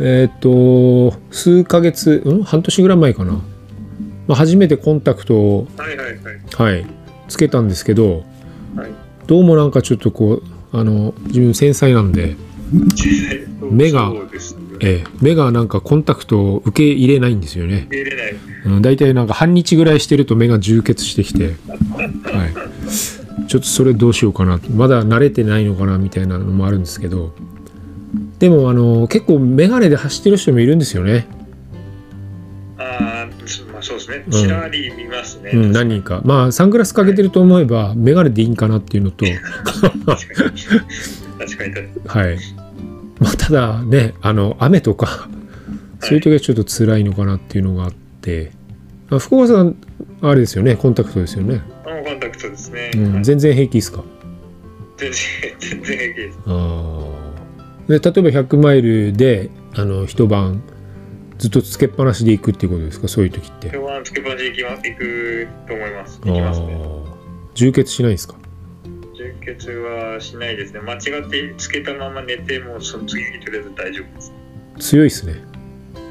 えっ、と数ヶ月、うん、半年ぐらい前かな、まあ、初めてコンタクトを、
はいはいはい
はい、つけたんですけど
はい
どうもなんかちょっとこうあの自分繊細なんで、目が
そうですね
ええ目がなんかコンタクトを受け入れないんですよね。
入れない
うん、大体なんか半日ぐらいしてると目が充血してきて、はい、ちょっとそれどうしようかなまだ慣れてないのかなみたいなのもあるんですけどでもあの結構眼鏡で走ってる人もいるんですよね、
ああ、そまあ、そうですね
ん。
ちらり見ますね。
うん、何人かまあサングラスかけてると思えば眼鏡でいいんかなっていうのと、
確かに。確かに。
はいまあ、ただねあの雨とかそういう時はちょっと辛いのかなっていうのがあって、あ福岡さんあれですよねコンタクトですよね、
ノーコンタクトですね。
うん、
はい
全然平気ですか
全然、全然平気です。
あーで例えば100マイルであの一晩ずっとつけっぱなしで行くっていうことですかそういう時って
今日はつけっぱなしで行きます。行くと思います。
あ
行きますね。
ー充血しないですか
充血はしないですね。間違ってつけたまま寝ても、その次にとりあえず大丈夫です。
強いですね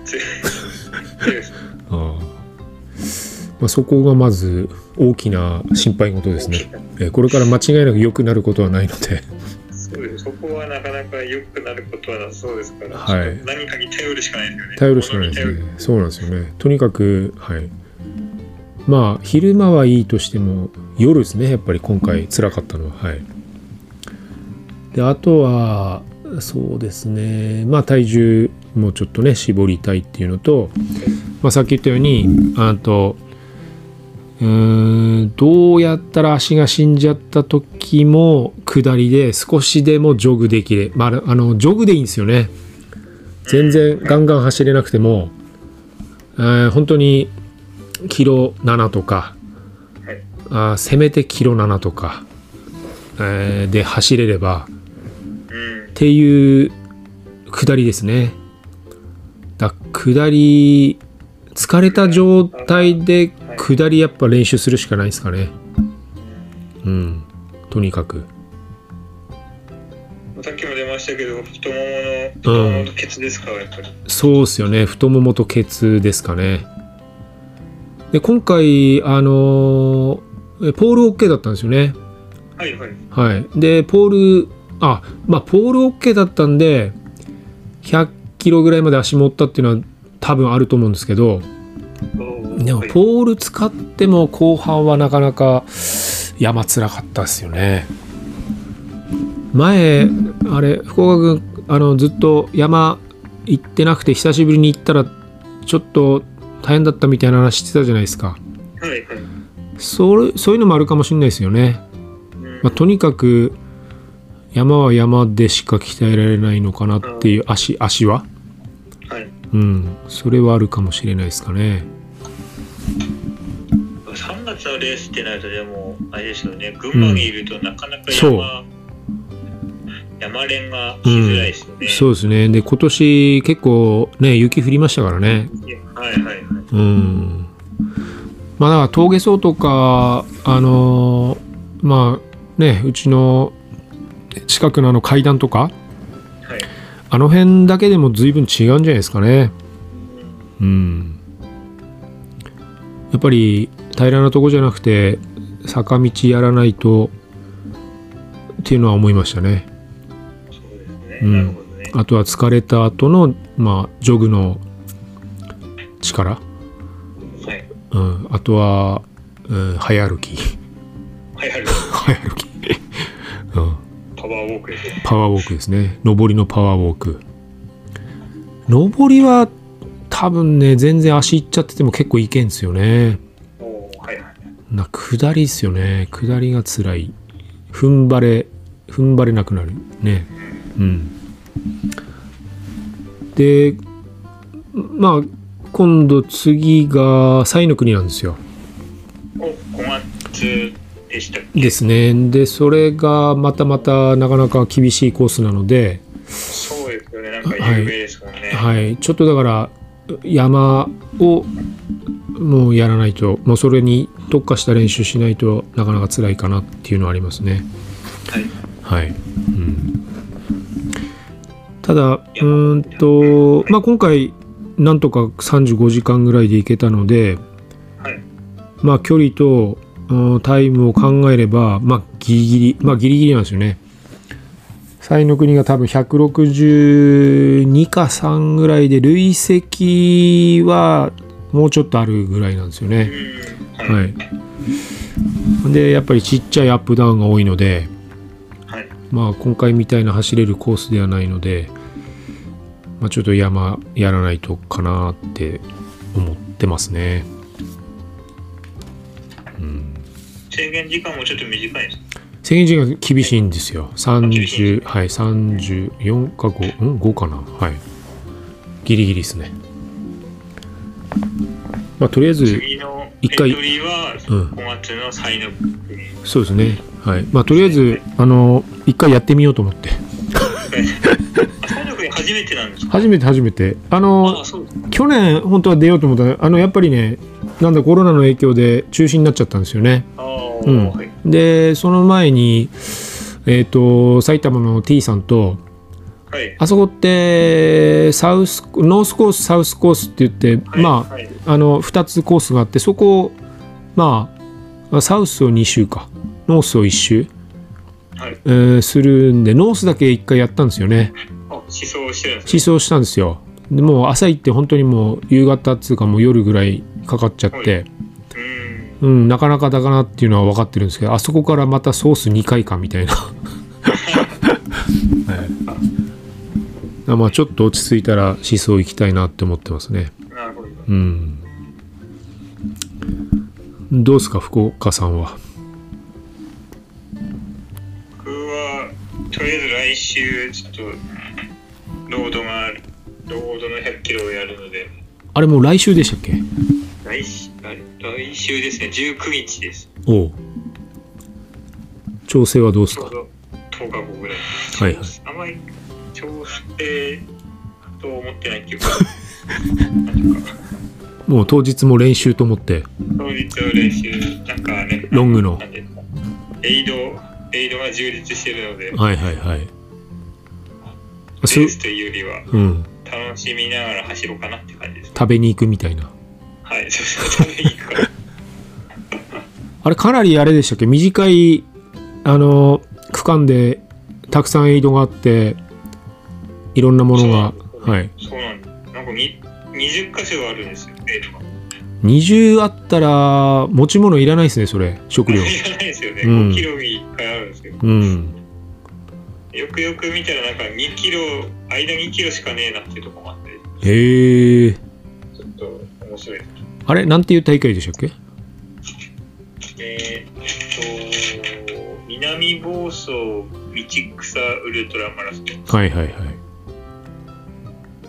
強いです
あー、まあ、そこがまず大きな心配事ですね、えーこれから間違いなく良くなることはないので
そうですそこはなかなか良くなることはなさそうですから、
はい
何かに頼るしかないですよね。
頼るしかないですねそうなんですよねとにかくはいまあ昼間はいいとしても夜ですねやっぱり今回辛かったのははいであとはそうですねまあ体重もちょっとね絞りたいっていうのと、まあ、さっき言ったようにあとうーんどうやったら足が死んじゃった時も下りで少しでもジョグできれまああのジョグでいいんですよね全然ガンガン走れなくても、えー本当にキロ7とか、
はい
あーせめてキロ7とか、えーで走れれば
うん
っ。ていう下りですね。だ下り疲れた状態で下りやっぱ練習するしかないですかね。うん。とにかく。
さっきも出ましたけど、太ももの、太もものケツですか、やっぱり。
そうっすよね。太ももとケツですかね。で、今回、あのーえポール OK だったんですよね。
はいはい。
はい。で、ポール、あ、まあ、ポール OK だったんで、100キロぐらいまで足持ったっていうのは多分あると思うんですけど、でも
はい
ポール使っても後半はなかなか山つらかったですよね前あれ福岡君あのずっと山行ってなくて久しぶりに行ったらちょっと大変だったみたいな話してたじゃないですか
はいはい。うん
それそういうのもあるかもしれないですよね、まあ、とにかく山は山でしか鍛えられないのかなっていう足足は
はい。
うんそれはあるかもしれないですかね
3月のレースってなると、でも、あれですよね、群馬にいるとなかなか
そう
山、山連がしづらいですよね。
そうですね。で、今年結構ね、雪降りましたからね。
はいはいはい。
うん。まあ、だから峠層とか、あのーまあね、うちの近くのあの階段とか、
はい。
あの辺だけでも随分違うんじゃないですかね。うん。やっぱり平らなとこじゃなくて、坂道やらないと、っていうのは思いましたね。
そうですね。
うん
なるほどね。
あとは疲れた後のまあ、ジョグの力、
はい。
うん、あとは、うん、早歩き
はいはい。
早歩き、うん、
パワーウォークですね。
パワーウォークですね上りのパワーウォーク上りは多分ね全然足いっちゃってても結構いけんすよね
おーはいはい。
な下りっすよね下りが辛い踏ん張れ踏ん張れなくなるねうんでまあ今度次が西の国なんですよ
お、5月でしたっけ
ですねでそれがまたまたなかなか厳しいコースなので
そうですよね。なんか有名ですもんね。
はいちょっとだから山をもうやらないともうそれに特化した練習しないとなかなか辛いかなっていうのはありますね
はい。
はい、うん、ただうーんと、まあ、今回なんとか35時間ぐらいで行けたので、
はい。
まあ、距離と、うんタイムを考えれば、まあ、ギリギリ、まあ、ギリギリなんですよね。才の国が多分162か3ぐらいで累積はもうちょっとあるぐらいなんですよね。
うん。は
はい、でやっぱりちっちゃいアップダウンが多いので、
はい。
まあ、今回みたいな走れるコースではないので、まあ、ちょっと山やらないとかなって思ってますね。うん
制限時間もちょっと短いです。
制限時間厳しいんですよ。
厳しい
30、はい、34か5、うん、5かな。はい。ギリギリですね。まあ、とりあえず、
次のエ
一回
ントリーは
うん
5月の才能国。
そうですね。はい。まあ、とりあえず、あの、一回やってみようと思って。
あ才能国初めてなんですか
初めて初めて。あ
あ
の
あ、、そう。
去年、本当は出ようと思ったらあの、やっぱりね、なんだ、コロナの影響で中止になっちゃったんですよね。
ああ、
うん
はい。
で、その前に、えっ、と、埼玉の T さんと、
はい。
あそこってサウスノースコースサウスコースって言って、
はい
ま
はい。
ああの2つコースがあってそこをまあサウスを2周かノースを1周、
はい。
えーするんでノースだけ1回やったんですよね
あ、思想してるんです
思想したんですよでもう朝行って本当にもう夕方っつうかもう夜ぐらいかかっちゃって、
かうん。
うん、なかなかだかなっていうのは分かってるんですけどあそこからまたソース2回かみたいな、はい、まあちょっと落ち着いたら思想行きたいなって思ってますね
なるほど。
うんどうですか福岡さんは
僕は、とりあえず来週、ちょっと、ロードがある。ロードの100キロをやるので、
あれもう来週でしたっけ
来週、あ来週ですね、19日です。
おう調整はどうです
ちょ
か
うど10日後ぐらい。
はいはい
あんまり調整と思ってないっていうか、
もう当日も練習と思って
当日の練習、なんかね、
ロングの
なんていうかエイド、エイドが充実してるので、レ
はいはいはいあす
ースというよりは、
うん
楽しみながら走ろうかなって感じです。
食べに行くみたいな
はい、そうそう、食べに行くから。
あれかなりあれでしたっけ短いあの区間でたくさんエイドがあっていろんなものが、
そう
はい、
そうなんです。なんかに20箇所あるんですよ、エイドが。
20あったら持ち物いらないですねそれ食料
いらないですよね、
うん
5キロに1回あるんですよ。
うん
よくよく見たら、なんか2キロ、間2キロしかねえなっていうとこもあって、
へえ
ちょっと面白いです。
あれなんていう大会でしたっけ
えーっと、南房総道草ウルトラマラソン。
はいはいはい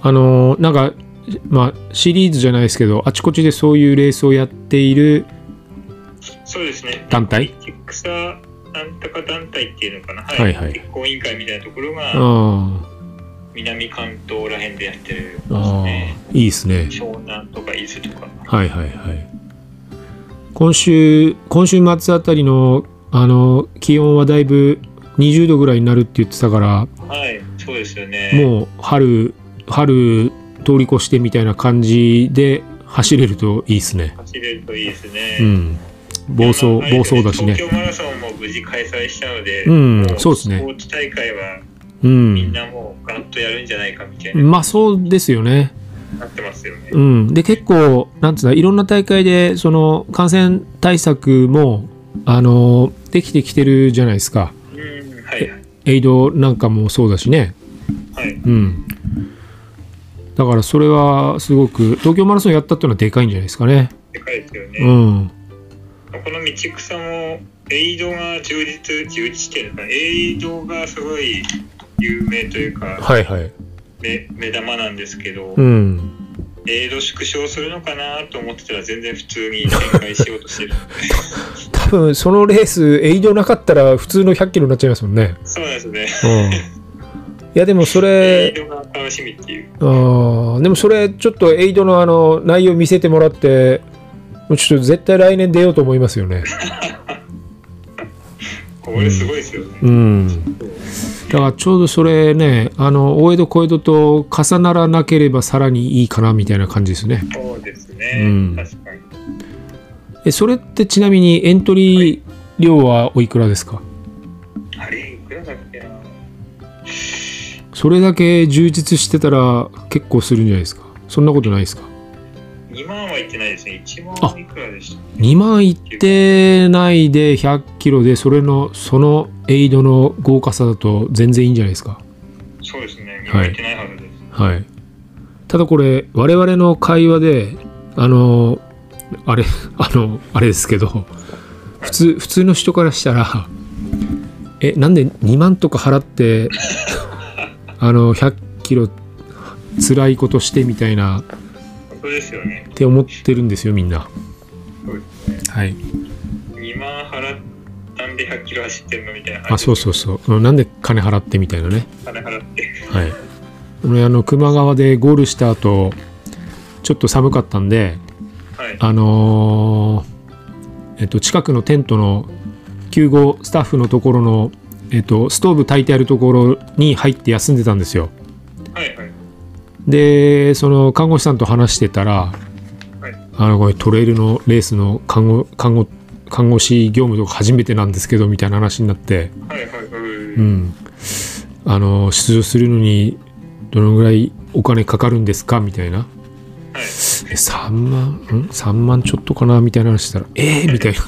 あのーなんかまあシリーズじゃないですけどあちこちでそういうレースをやっている
そうですね。
団体
道草なんとか団体っていうのかな。は
はいはい
実行委員会みたいなところが、
あ
南関東ら辺でやってるんです
ーあ
ね。
ーいいですね
湘南とか伊豆とか。
はいはいはい今週今週末あたりのあの気温はだいぶ20度ぐらいになるって言ってたから
はい、そうですよね。
もう春春通り越してみたいな感じで走れるといいですね
走れるといいですね。
うん暴走
いやまああれ
暴
ですね
走だしね
東京マラソンも無事開催したので、
うん
も
そうですね
スポーツ大会は
う
みん
ん
なもうガッとやるんじゃないかみたいに
まあそうですよね
なってますよね。
うんで結構なんつうんだいろんな大会でその感染対策もあのできてきてるじゃないですか
うん、はいはい。
エイドなんかもそうだしね
はい、
うん。だからそれはすごく東京マラソンやったっていうのはでかいんじゃないですかね。
でかいですよね。
うん。
この道草もエイドが充実充実してるからエイドがすごい有名というか
はいはい。
目目玉なんですけど、
うん。
エイド縮小するのかなと思ってたら全然普通に展開しようとしてる
多分そのレースエイドなかったら普通の100キロになっちゃいますもんね。
そうなんですね
うん。いやでもそ
エイ
れ
ドが楽しみっていう。
あーでもそれちょっとエイドのあの内容見せてもらってもうちょっと絶対来年出ようと思いますよね
これすごいですよね。
うんだからちょうどそれねあの大江戸小江戸と重ならなければさらにいいかなみたいな感じですね
そうですね。
うん
確かに。
えそれってちなみにエントリー量はおいくらですか
あれ、いくらだっけな。
それだけ充実してたら結構するんじゃないですかそんなことないですか
2万はいってないですね。1
あ
万いくらでした
2万いってないで100キロでそれのそのエイドの豪華さだと全然いいんじゃないですか
そうですね。
い
2万いってないはずです。
はいただこれ我々の会話であのあれ あのあれですけど普通普通の人からしたらえなんで2万とか払って あの100キロ辛いことしてみたいな
本当ですよね
っ。て思ってるんですよみんな
そうですね。
はい
2万払ったんで100キロ走ってんのみたいな話。
あそう
う。
そうそううんなんで金払ってみたいなね
金払って。
はい俺あの球磨川でゴールした後ちょっと寒かったんで
はい。
あのーえっと近くのテントの救護スタッフのところのえっとストーブ炊いてあるところに入って休んでたんですよ
はいはい。
でその看護師さんと話してたら、
はい
あのこれトレイルのレースの看護看護看護師業務とか初めてなんですけどみたいな話になって、
はいはい。う。
うんん、あの出場するのにどのぐらいお金かかるんですかみたいな
はい。
え3万ん3万ちょっとかなみたいな話したらええみたいな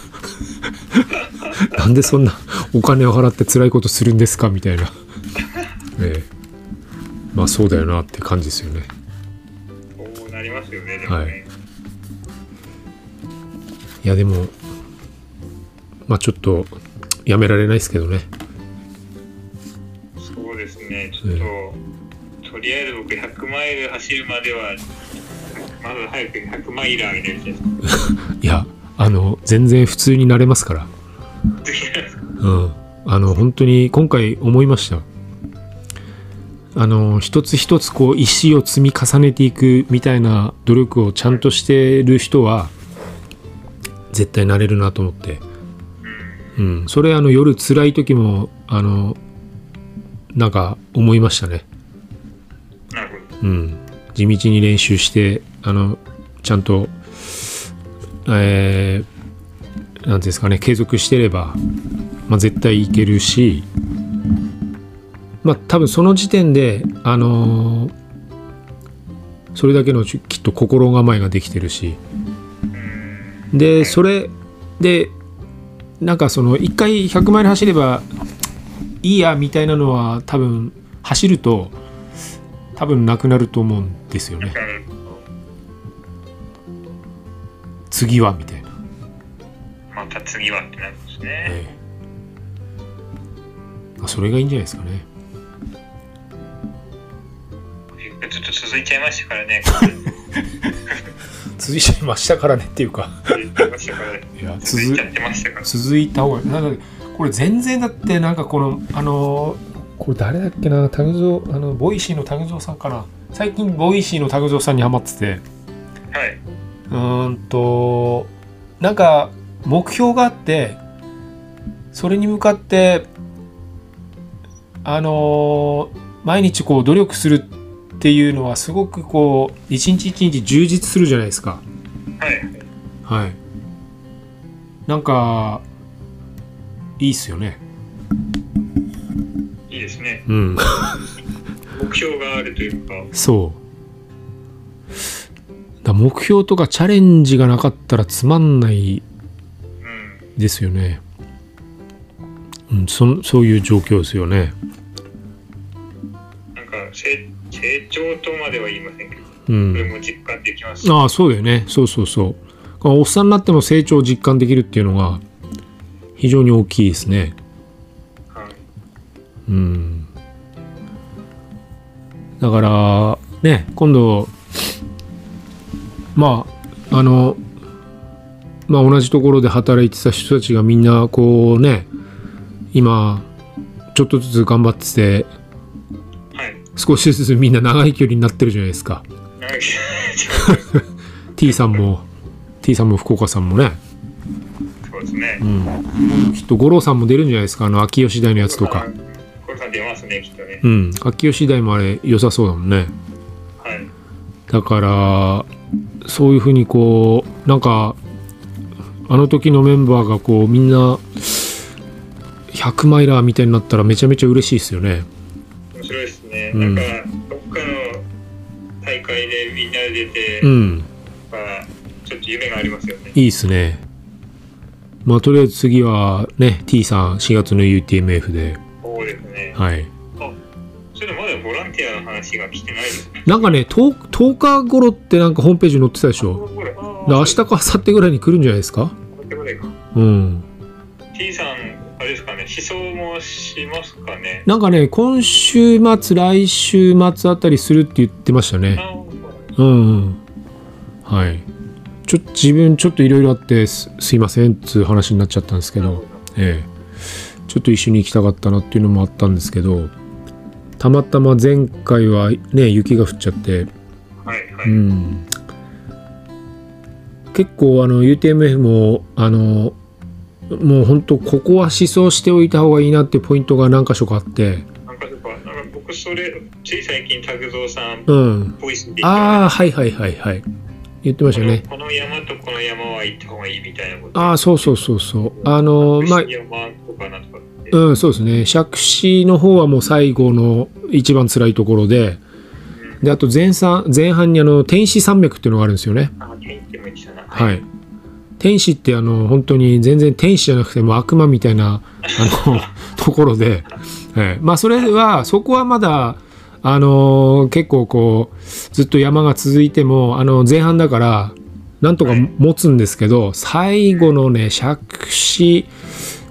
なんでそんなお金を払って辛いことするんですかみたいな、ええまあそうだよなって感じですよね
そうなりますよね。でもね。
はいいやでもまあちょっとやめられないですけどね
そうですね、ちょっと、とりあえず僕、100マイル走るまでは、まず早く100マイラーになりたいです。
いやあの全然普通になれますからうんあの本当に今回思いましたあの一つ一つこう石を積み重ねていくみたいな努力をちゃんとしてる人は絶対なれるなと思って、うん、それあの夜辛い時もあのなんか思いましたね
なるほど。
うん、地道に練習してあのちゃんと、えー、なんていうんですかね継続してれば、まあ、絶対いけるし、まあ、多分その時点で、あのーそれだけのちきっと心構えができてるしでそれでなんかその1回100マイル走ればいいやみたいなのは多分走ると多分なくなると思うんですよね
なるほ
次はみたいな、
どまた次はってなるんですね。
ええあそれがいいんじゃないですかね
ずっと続いちゃいましたからね。
続いちゃいましたからねっていうか
続いちゃいましたからね
いや
続いちゃってましたから。
続いた方がなんかこれ全然だってなんかこのあのーこれ誰だっけなタグゾーあのボイシーのタグゾーさんかな最近ボイシーのタグゾーさんにハマってて
はい。
うーんとなんか目標があってそれに向かってあのー毎日こう努力するっていうのはすごくこう一日一日充実するじゃないですか。
はい。
はい。なんかいいっすよね。
いいですね。
うん。
目標があるというか、
そう。だ目標とかチャレンジがなかったらつまんない
うん。
ですよね。うん、そそういう状況ですよね。
なんか成、成長とまでは言いませんけど、こ
う
れ
ん、
も実感できます。
ああそうだよねそうそうそうおっさんになっても成長を実感できるっていうのが非常に大きいですね
はい
うんだからね今度まああのまあ同じところで働いてた人たちがみんなこうね今ちょっとずつ頑張ってて
ははい。
少しずつみんな長い距離になってるじゃないですか
長い
T さんも T さんも福岡さんもね、
そうですね。
うん、きっと五郎さんも出るんじゃないですかあの秋吉台のやつとか。
これさん出ますね、きっとね
う。ん秋吉台もあれ良さそうだもんね
はい。
だからそういうふうにこうなんかあの時のメンバーがこうみんな100マイラーみたいになったらめちゃめちゃ嬉しいですよね
面白いですね。
うん
なんか、どっかの大会でみんなで出て、
う
やっ
ん
ぱちょっと夢がありますよね。
いいですねまあとりあえず次はね T さん4月の UTMF で
そうですね。
はい
ちょっとまだボランティアの話が来てないですね。
なんかね 10, 10日頃ってなんかホームページに載ってたでしょ
これあ
で明日か明後日ぐらいに来るんじゃないですかうん。
T さん、あれですかね、思想もしますかね。
なんかね、今週末、来週末あたりするって言ってましたね。
あ
うん、うん。はい。ちょ、自分ちょっといろいろあってす、すいませんっつう話になっちゃったんですけど、ええ。ちょっと一緒に行きたかったなっていうのもあったんですけど、たまたま前回はね、雪が降っちゃって、
はいは
う
い。
ん。結構あの UTMF もあのもうほんとここは思想しておいた方がいいなってポイントが何箇所かあって、
なんかやっぱ、なんか僕それ、つい最近、拓蔵さん、
うん、
ボイスで言って
ああはいはいはいはい言ってましたね
この山とこの山は行った方がいいみたいなこと。
ああそうそうそうそうあのまあ
山とかなんとかって。
うんそうですね杓子の方はもう最後の一番辛いところでであと前さ前半にあの天使山脈っていうのがあるんですよね
あ、天気も言ってたな。
は。い天使ってあの本当に全然天使じゃなくてもう悪魔みたいなあの ところで、ええまあそれはそこはまだあの結構こうずっと山が続いてもあの前半だからなんとか持つんですけど、最後のね杓子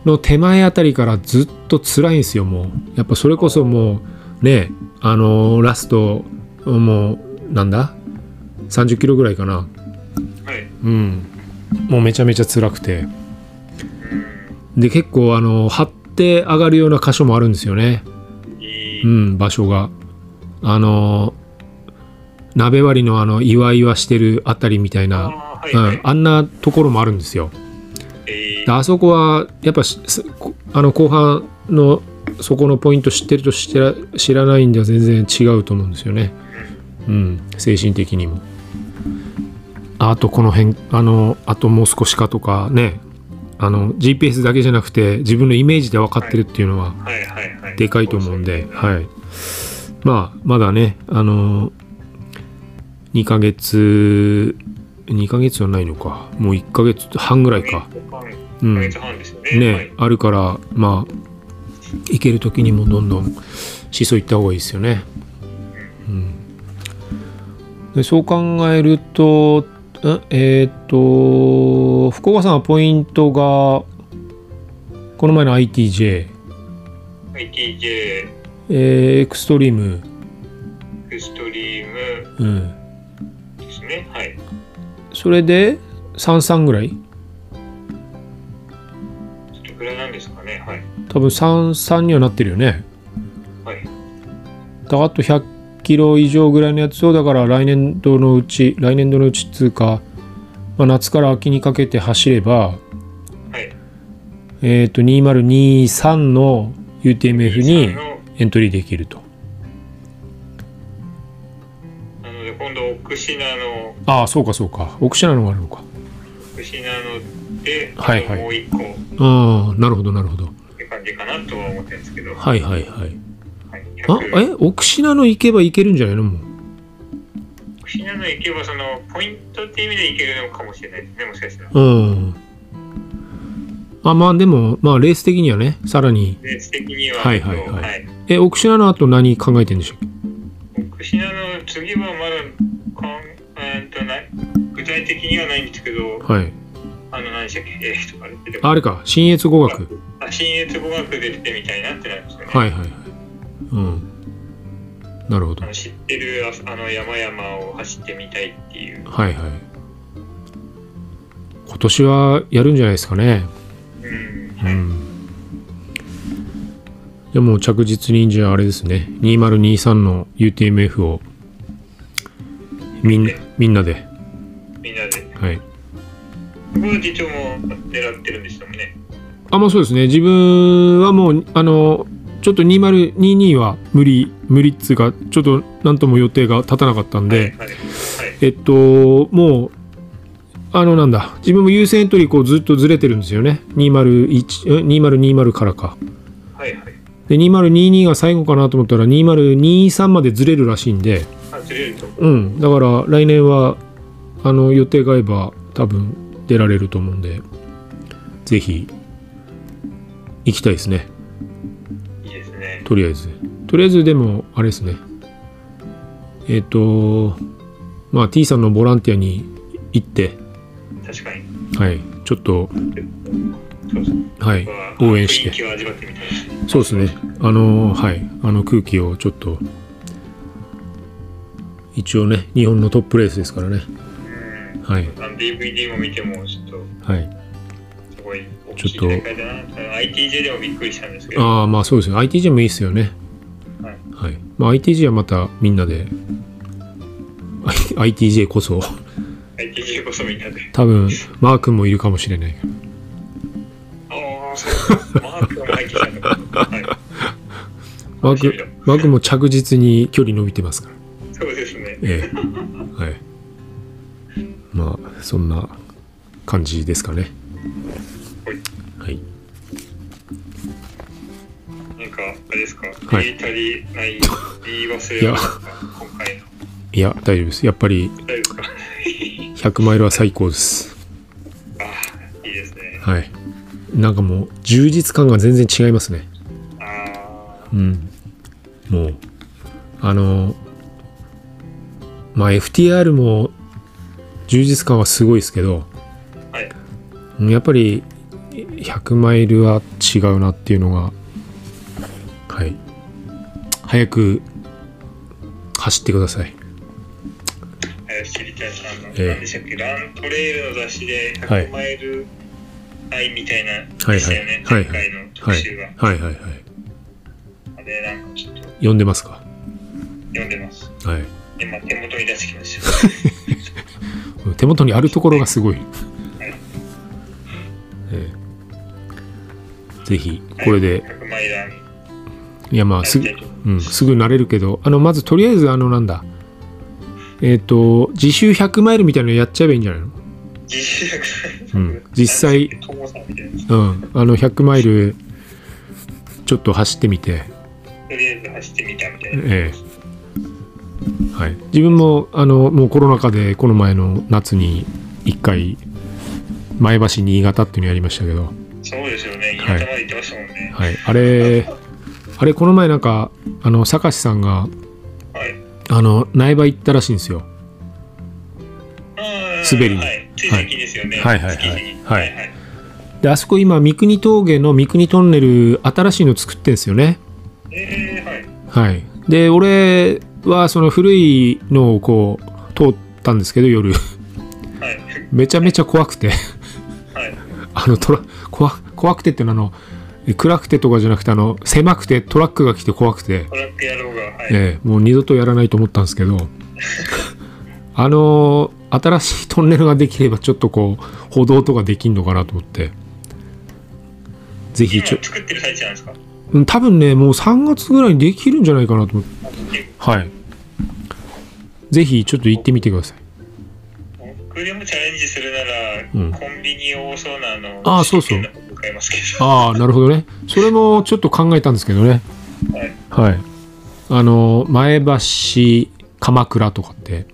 の手前あたりからずっと辛いんですよもうやっぱそれこそもうねあのラストもうなんだ30キロぐらいかな
はい。
うん、もうめちゃめちゃ辛くて
う
で結構あの張って上がるような箇所もあるんですよね、
ん。いい。
うん、場所があの鍋割りのあのいわいわしてるあたりみたいな、
あー、はい、
う
はい
ん、。あんなところもあるんですよ
え
であそこはやっぱしすこあの後半のそこのポイント知ってると知ら知らないんでは全然違うと思うんですよね、うん、精神的にもあとこの辺あのあともう少しかとかねあの GPS だけじゃなくて自分のイメージで分かってるっていうのは
ーはいはいはい。
でかいと思うんで、
は
はい、まあまだねあの2ヶ月2ヶ月はないのかもう1ヶ月半ぐらい
い。
か、
1
うん
ヶ、月半ですよね。
ね、
はい
あるからまあ行ける時にもどんどんしそ行った方がいいですよね。うん、でそう考えるとんえーっ、と福岡さんはポイントがこの前の ITJ、
ITJ、
えーエクストリーム、
エクストリーム
うん、
ですね。はい。
それで33ぐらい
ちょっとぐらいなんですかね。はい。
多分33にはなってるよね。
はい。
だからあと100キロ以上ぐらいのやつをだから来年度のうち来年度のうちっつうか、まあ、夏から秋にかけて走れば、
はい。
えー、と2023の UTMF
さん
に
の
エントリーできると
なので、今度、オクシナの、
ああそうかそうか奥シナのがあるのか
オクシナので、
はいはい
もう一個っ
ああなるほどなるほど
て感じかなとは思ってるんですけど。はい。
はいはいはいあ
100
え奥シナの行けば行けるんじゃないのもう
オクシナの行けば、その、ポイントって意味で行けるのかもしれないですね、もしかしたら。
うんあまあでもまあレース的にはねさらに
レース的には、
はいはいはい
はい
え奥シナの後何考えてんでしょう
オクシナの次はまだかん、えーっとない具体的にはないんですけど、
はい
あの何でしたっけ、えー、とかで
あれか新越語学
あ新越語学で出てみたいなってなりますよね。
はいはいはい。うん。なるほど。
あ
は
の知ってるああの山々を走ってみたいっていう。
いはい。今年はやるんじゃないですかね。
うん。
う
はい
ん。でもう着実にじゃああれですね2023の UTMF をみんみんなで
みんなで。
はい
ここは次長も狙ってるんでしたもんね。
あまあそうですね自分はもうあのちょっと2022は無理無理っつうかちょっと何とも予定が立たなかったんで、
はい。はい。
えっと、もう、あの、なんだ、自分も優先エントリー、こう、ずっとずれてるんですよね。201、ん2020からか。
はい。はい。
で、2022が最後かなと思ったら、2023までずれるらしいんで、
あ、ずれると。
うん、だから、来年は、あの、予定が合えば、多分、出られると思うんで、ぜひ、行きたいですね、
いいですね。
とりあえず。とりあえず、でも、あれですね。えっと、まあ、T さんのボランティアに行って、
確かに。
はい、ちょっと、
そうですね。
はい、
は
応援して
雰囲気を味わってみたいですね。
そうですね、あの、はい、あの空気をちょっと、一応ね、日本のトップレースですからね、
うん。
はい、
あの DVD も見ても、ちょっと、
はい、
すごい大きい大会だな。あの ITJ でもびっくりしたんですけど、
ああ、まあそうですね、ITJ もいいですよね、
はい
はい、まあ ITJ はまたみんなで、I- ITJ こそ、
ITJ こそみんなで。
多分マー君もいるかもしれない、
ああ、そうです。マークも ITJ なのか。は
マー君マー君も着実に距離伸びてますから。
い。そうですね。
ええはいまあそんな感じですかねはい
なんか、あれですか、
は
はいい、足りない、言い忘
い
れ
や
ました今回の。
いや大丈夫ですやっぱり
大丈夫ですか
100マイルは最高です
ああ、いいですね。
はいなんかもう充実感が全然違いますね
あ
うんもうあのまあ FTR も充実感はすごいですけど
あ、はい。
うんやっぱり100マイルは違うなっていうのがはい早く走ってください
えー知りたいさんの、
ええ
何でしたっけ、ラントレイルの雑誌で
はい
100マイル愛みたいな、
はい
でしたよね、
はい
前回の特
はい
集は。
はいはいはい
あれ、なんかちょっと
読んでますか
読んでます。
はい
今、手元に出してきました。
手元にあるところがすごい、ええぜひ これで
100マイル愛
いやまあすぐうん、すぐ慣れるけどあのまずとりあえずあのなんだえっ、と自習100マイルみたいなのやっちゃえばいいんじゃないの
実際
うん実際
トモさんみたいな
うん、あの100マイルちょっと走ってみて、
とりあえず走ってみたみたいな。
ええはい、自分もあのもうコロナ禍でこの前の夏に1回前橋新潟っていうのやりましたけど、
そうですよね、
はい
頭で言ってましたもんね。
はい、あれあれこの前なんかあの坂師さんが
はい。
あの苗場行ったらしいんですよ
滑
滑りに
はい、追跡ですよね。
はいはいはい
築地に
は
はいいはい。
であそこ今三国峠の三国トンネル新しいの作ってんですよね
えー、はい。
はい、で俺はその古いのをこう通ったんですけど夜
はい。
めちゃめちゃ怖くて
はい。
あのトラ怖怖くてっていうのはあの暗くてとかじゃなくてあの狭くてトラックが来て怖くて、
トラック野郎が、はい。
ええもう二度とやらないと思ったんですけど あの新しいトンネルができればちょっとこう歩道とかできんのかなと思ってぜひ
今
ちょ
作ってる最中なんですか
うん多分ねもう3月ぐらいにできるんじゃないかなと思って。はい。ぜひちょっと行ってみてください。
僕でもチャレンジするなら、
うん
コンビニ多そうなあの、
あーそうそう
チキンの方向かいますけど。
ああ、なるほどね。それもちょっと考えたんですけどね。
はい
はい。あの、前橋、鎌倉とかって、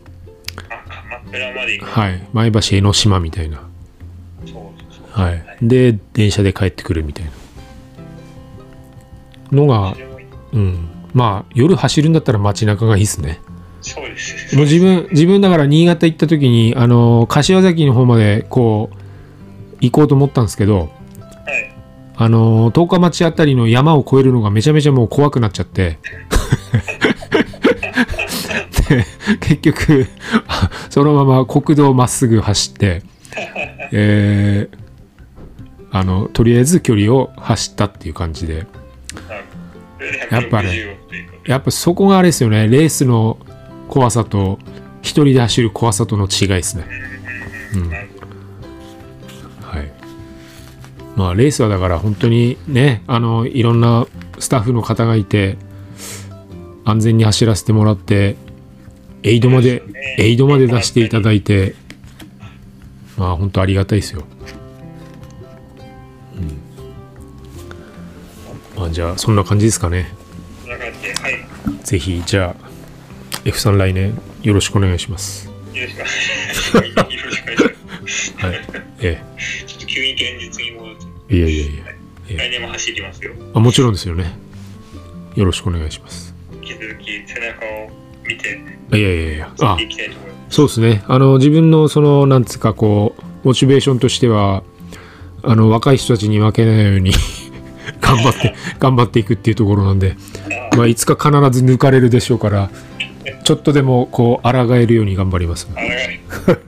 あ、鎌倉まで行く。
はい。前橋、江ノ島みたいな。
そうそう。
はい。で、電車で帰ってくるみたいな。のが、うん。まあ、夜走るんだったら街中がいいですね。
そうです。
もう自分、自分だから新潟行った時に、あの、柏崎の方まで、こう、行こうと思ったんですけど、
はい。
あの十日町あたりの山を越えるのがめちゃめちゃもう怖くなっちゃってで結局 あそのまま国道まっすぐ走 って、えーあのとりあえず距離を走ったっていう感じでや
なる
っぱね
160をということで
やっぱそこがあれですよねレースの怖さと一人で走る怖さとの違いですねうん
なるほど
はいまあレースはだから本当にねあのいろんなスタッフの方がいて安全に走らせてもらってエイドまで
そうですね
エイドまで出していただいてまあ本当ありがたいですよ、うんまあ、じゃあそんな感じですかね
なかったはい。よ
ぜひじゃあ F さん来年よろしくお願いします。
ろしくお願いします。よろしくお願いします。
はい。え
ちょっと急に現実に戻っちゃっ
え、いやいやいや
て、来年も走りますよ。
あもちろんですよね。よろしくお願いします。
引き続き背中を見て
いやいやいや。
追っ
あ
ていきたいと思いま
そうですね。あの自分のそのなんつうかこうモチベーションとしてはあの若い人たちに負けないように 頑張って頑張っていくっていうところなんで、まあいつか必ず抜かれるでしょうから、ちょっとでもこう抗えるように頑張ります。
す。あらい早く、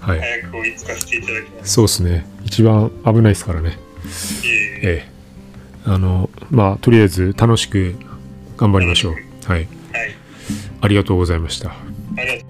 はい
早く追いつかせていただきま
そうですね。一番危ないですからね。
す。いえいえ
ええ、あのまあとりあえず楽しく頑張りましょう。はい、
はい。
ありがとうございました。
ありがとう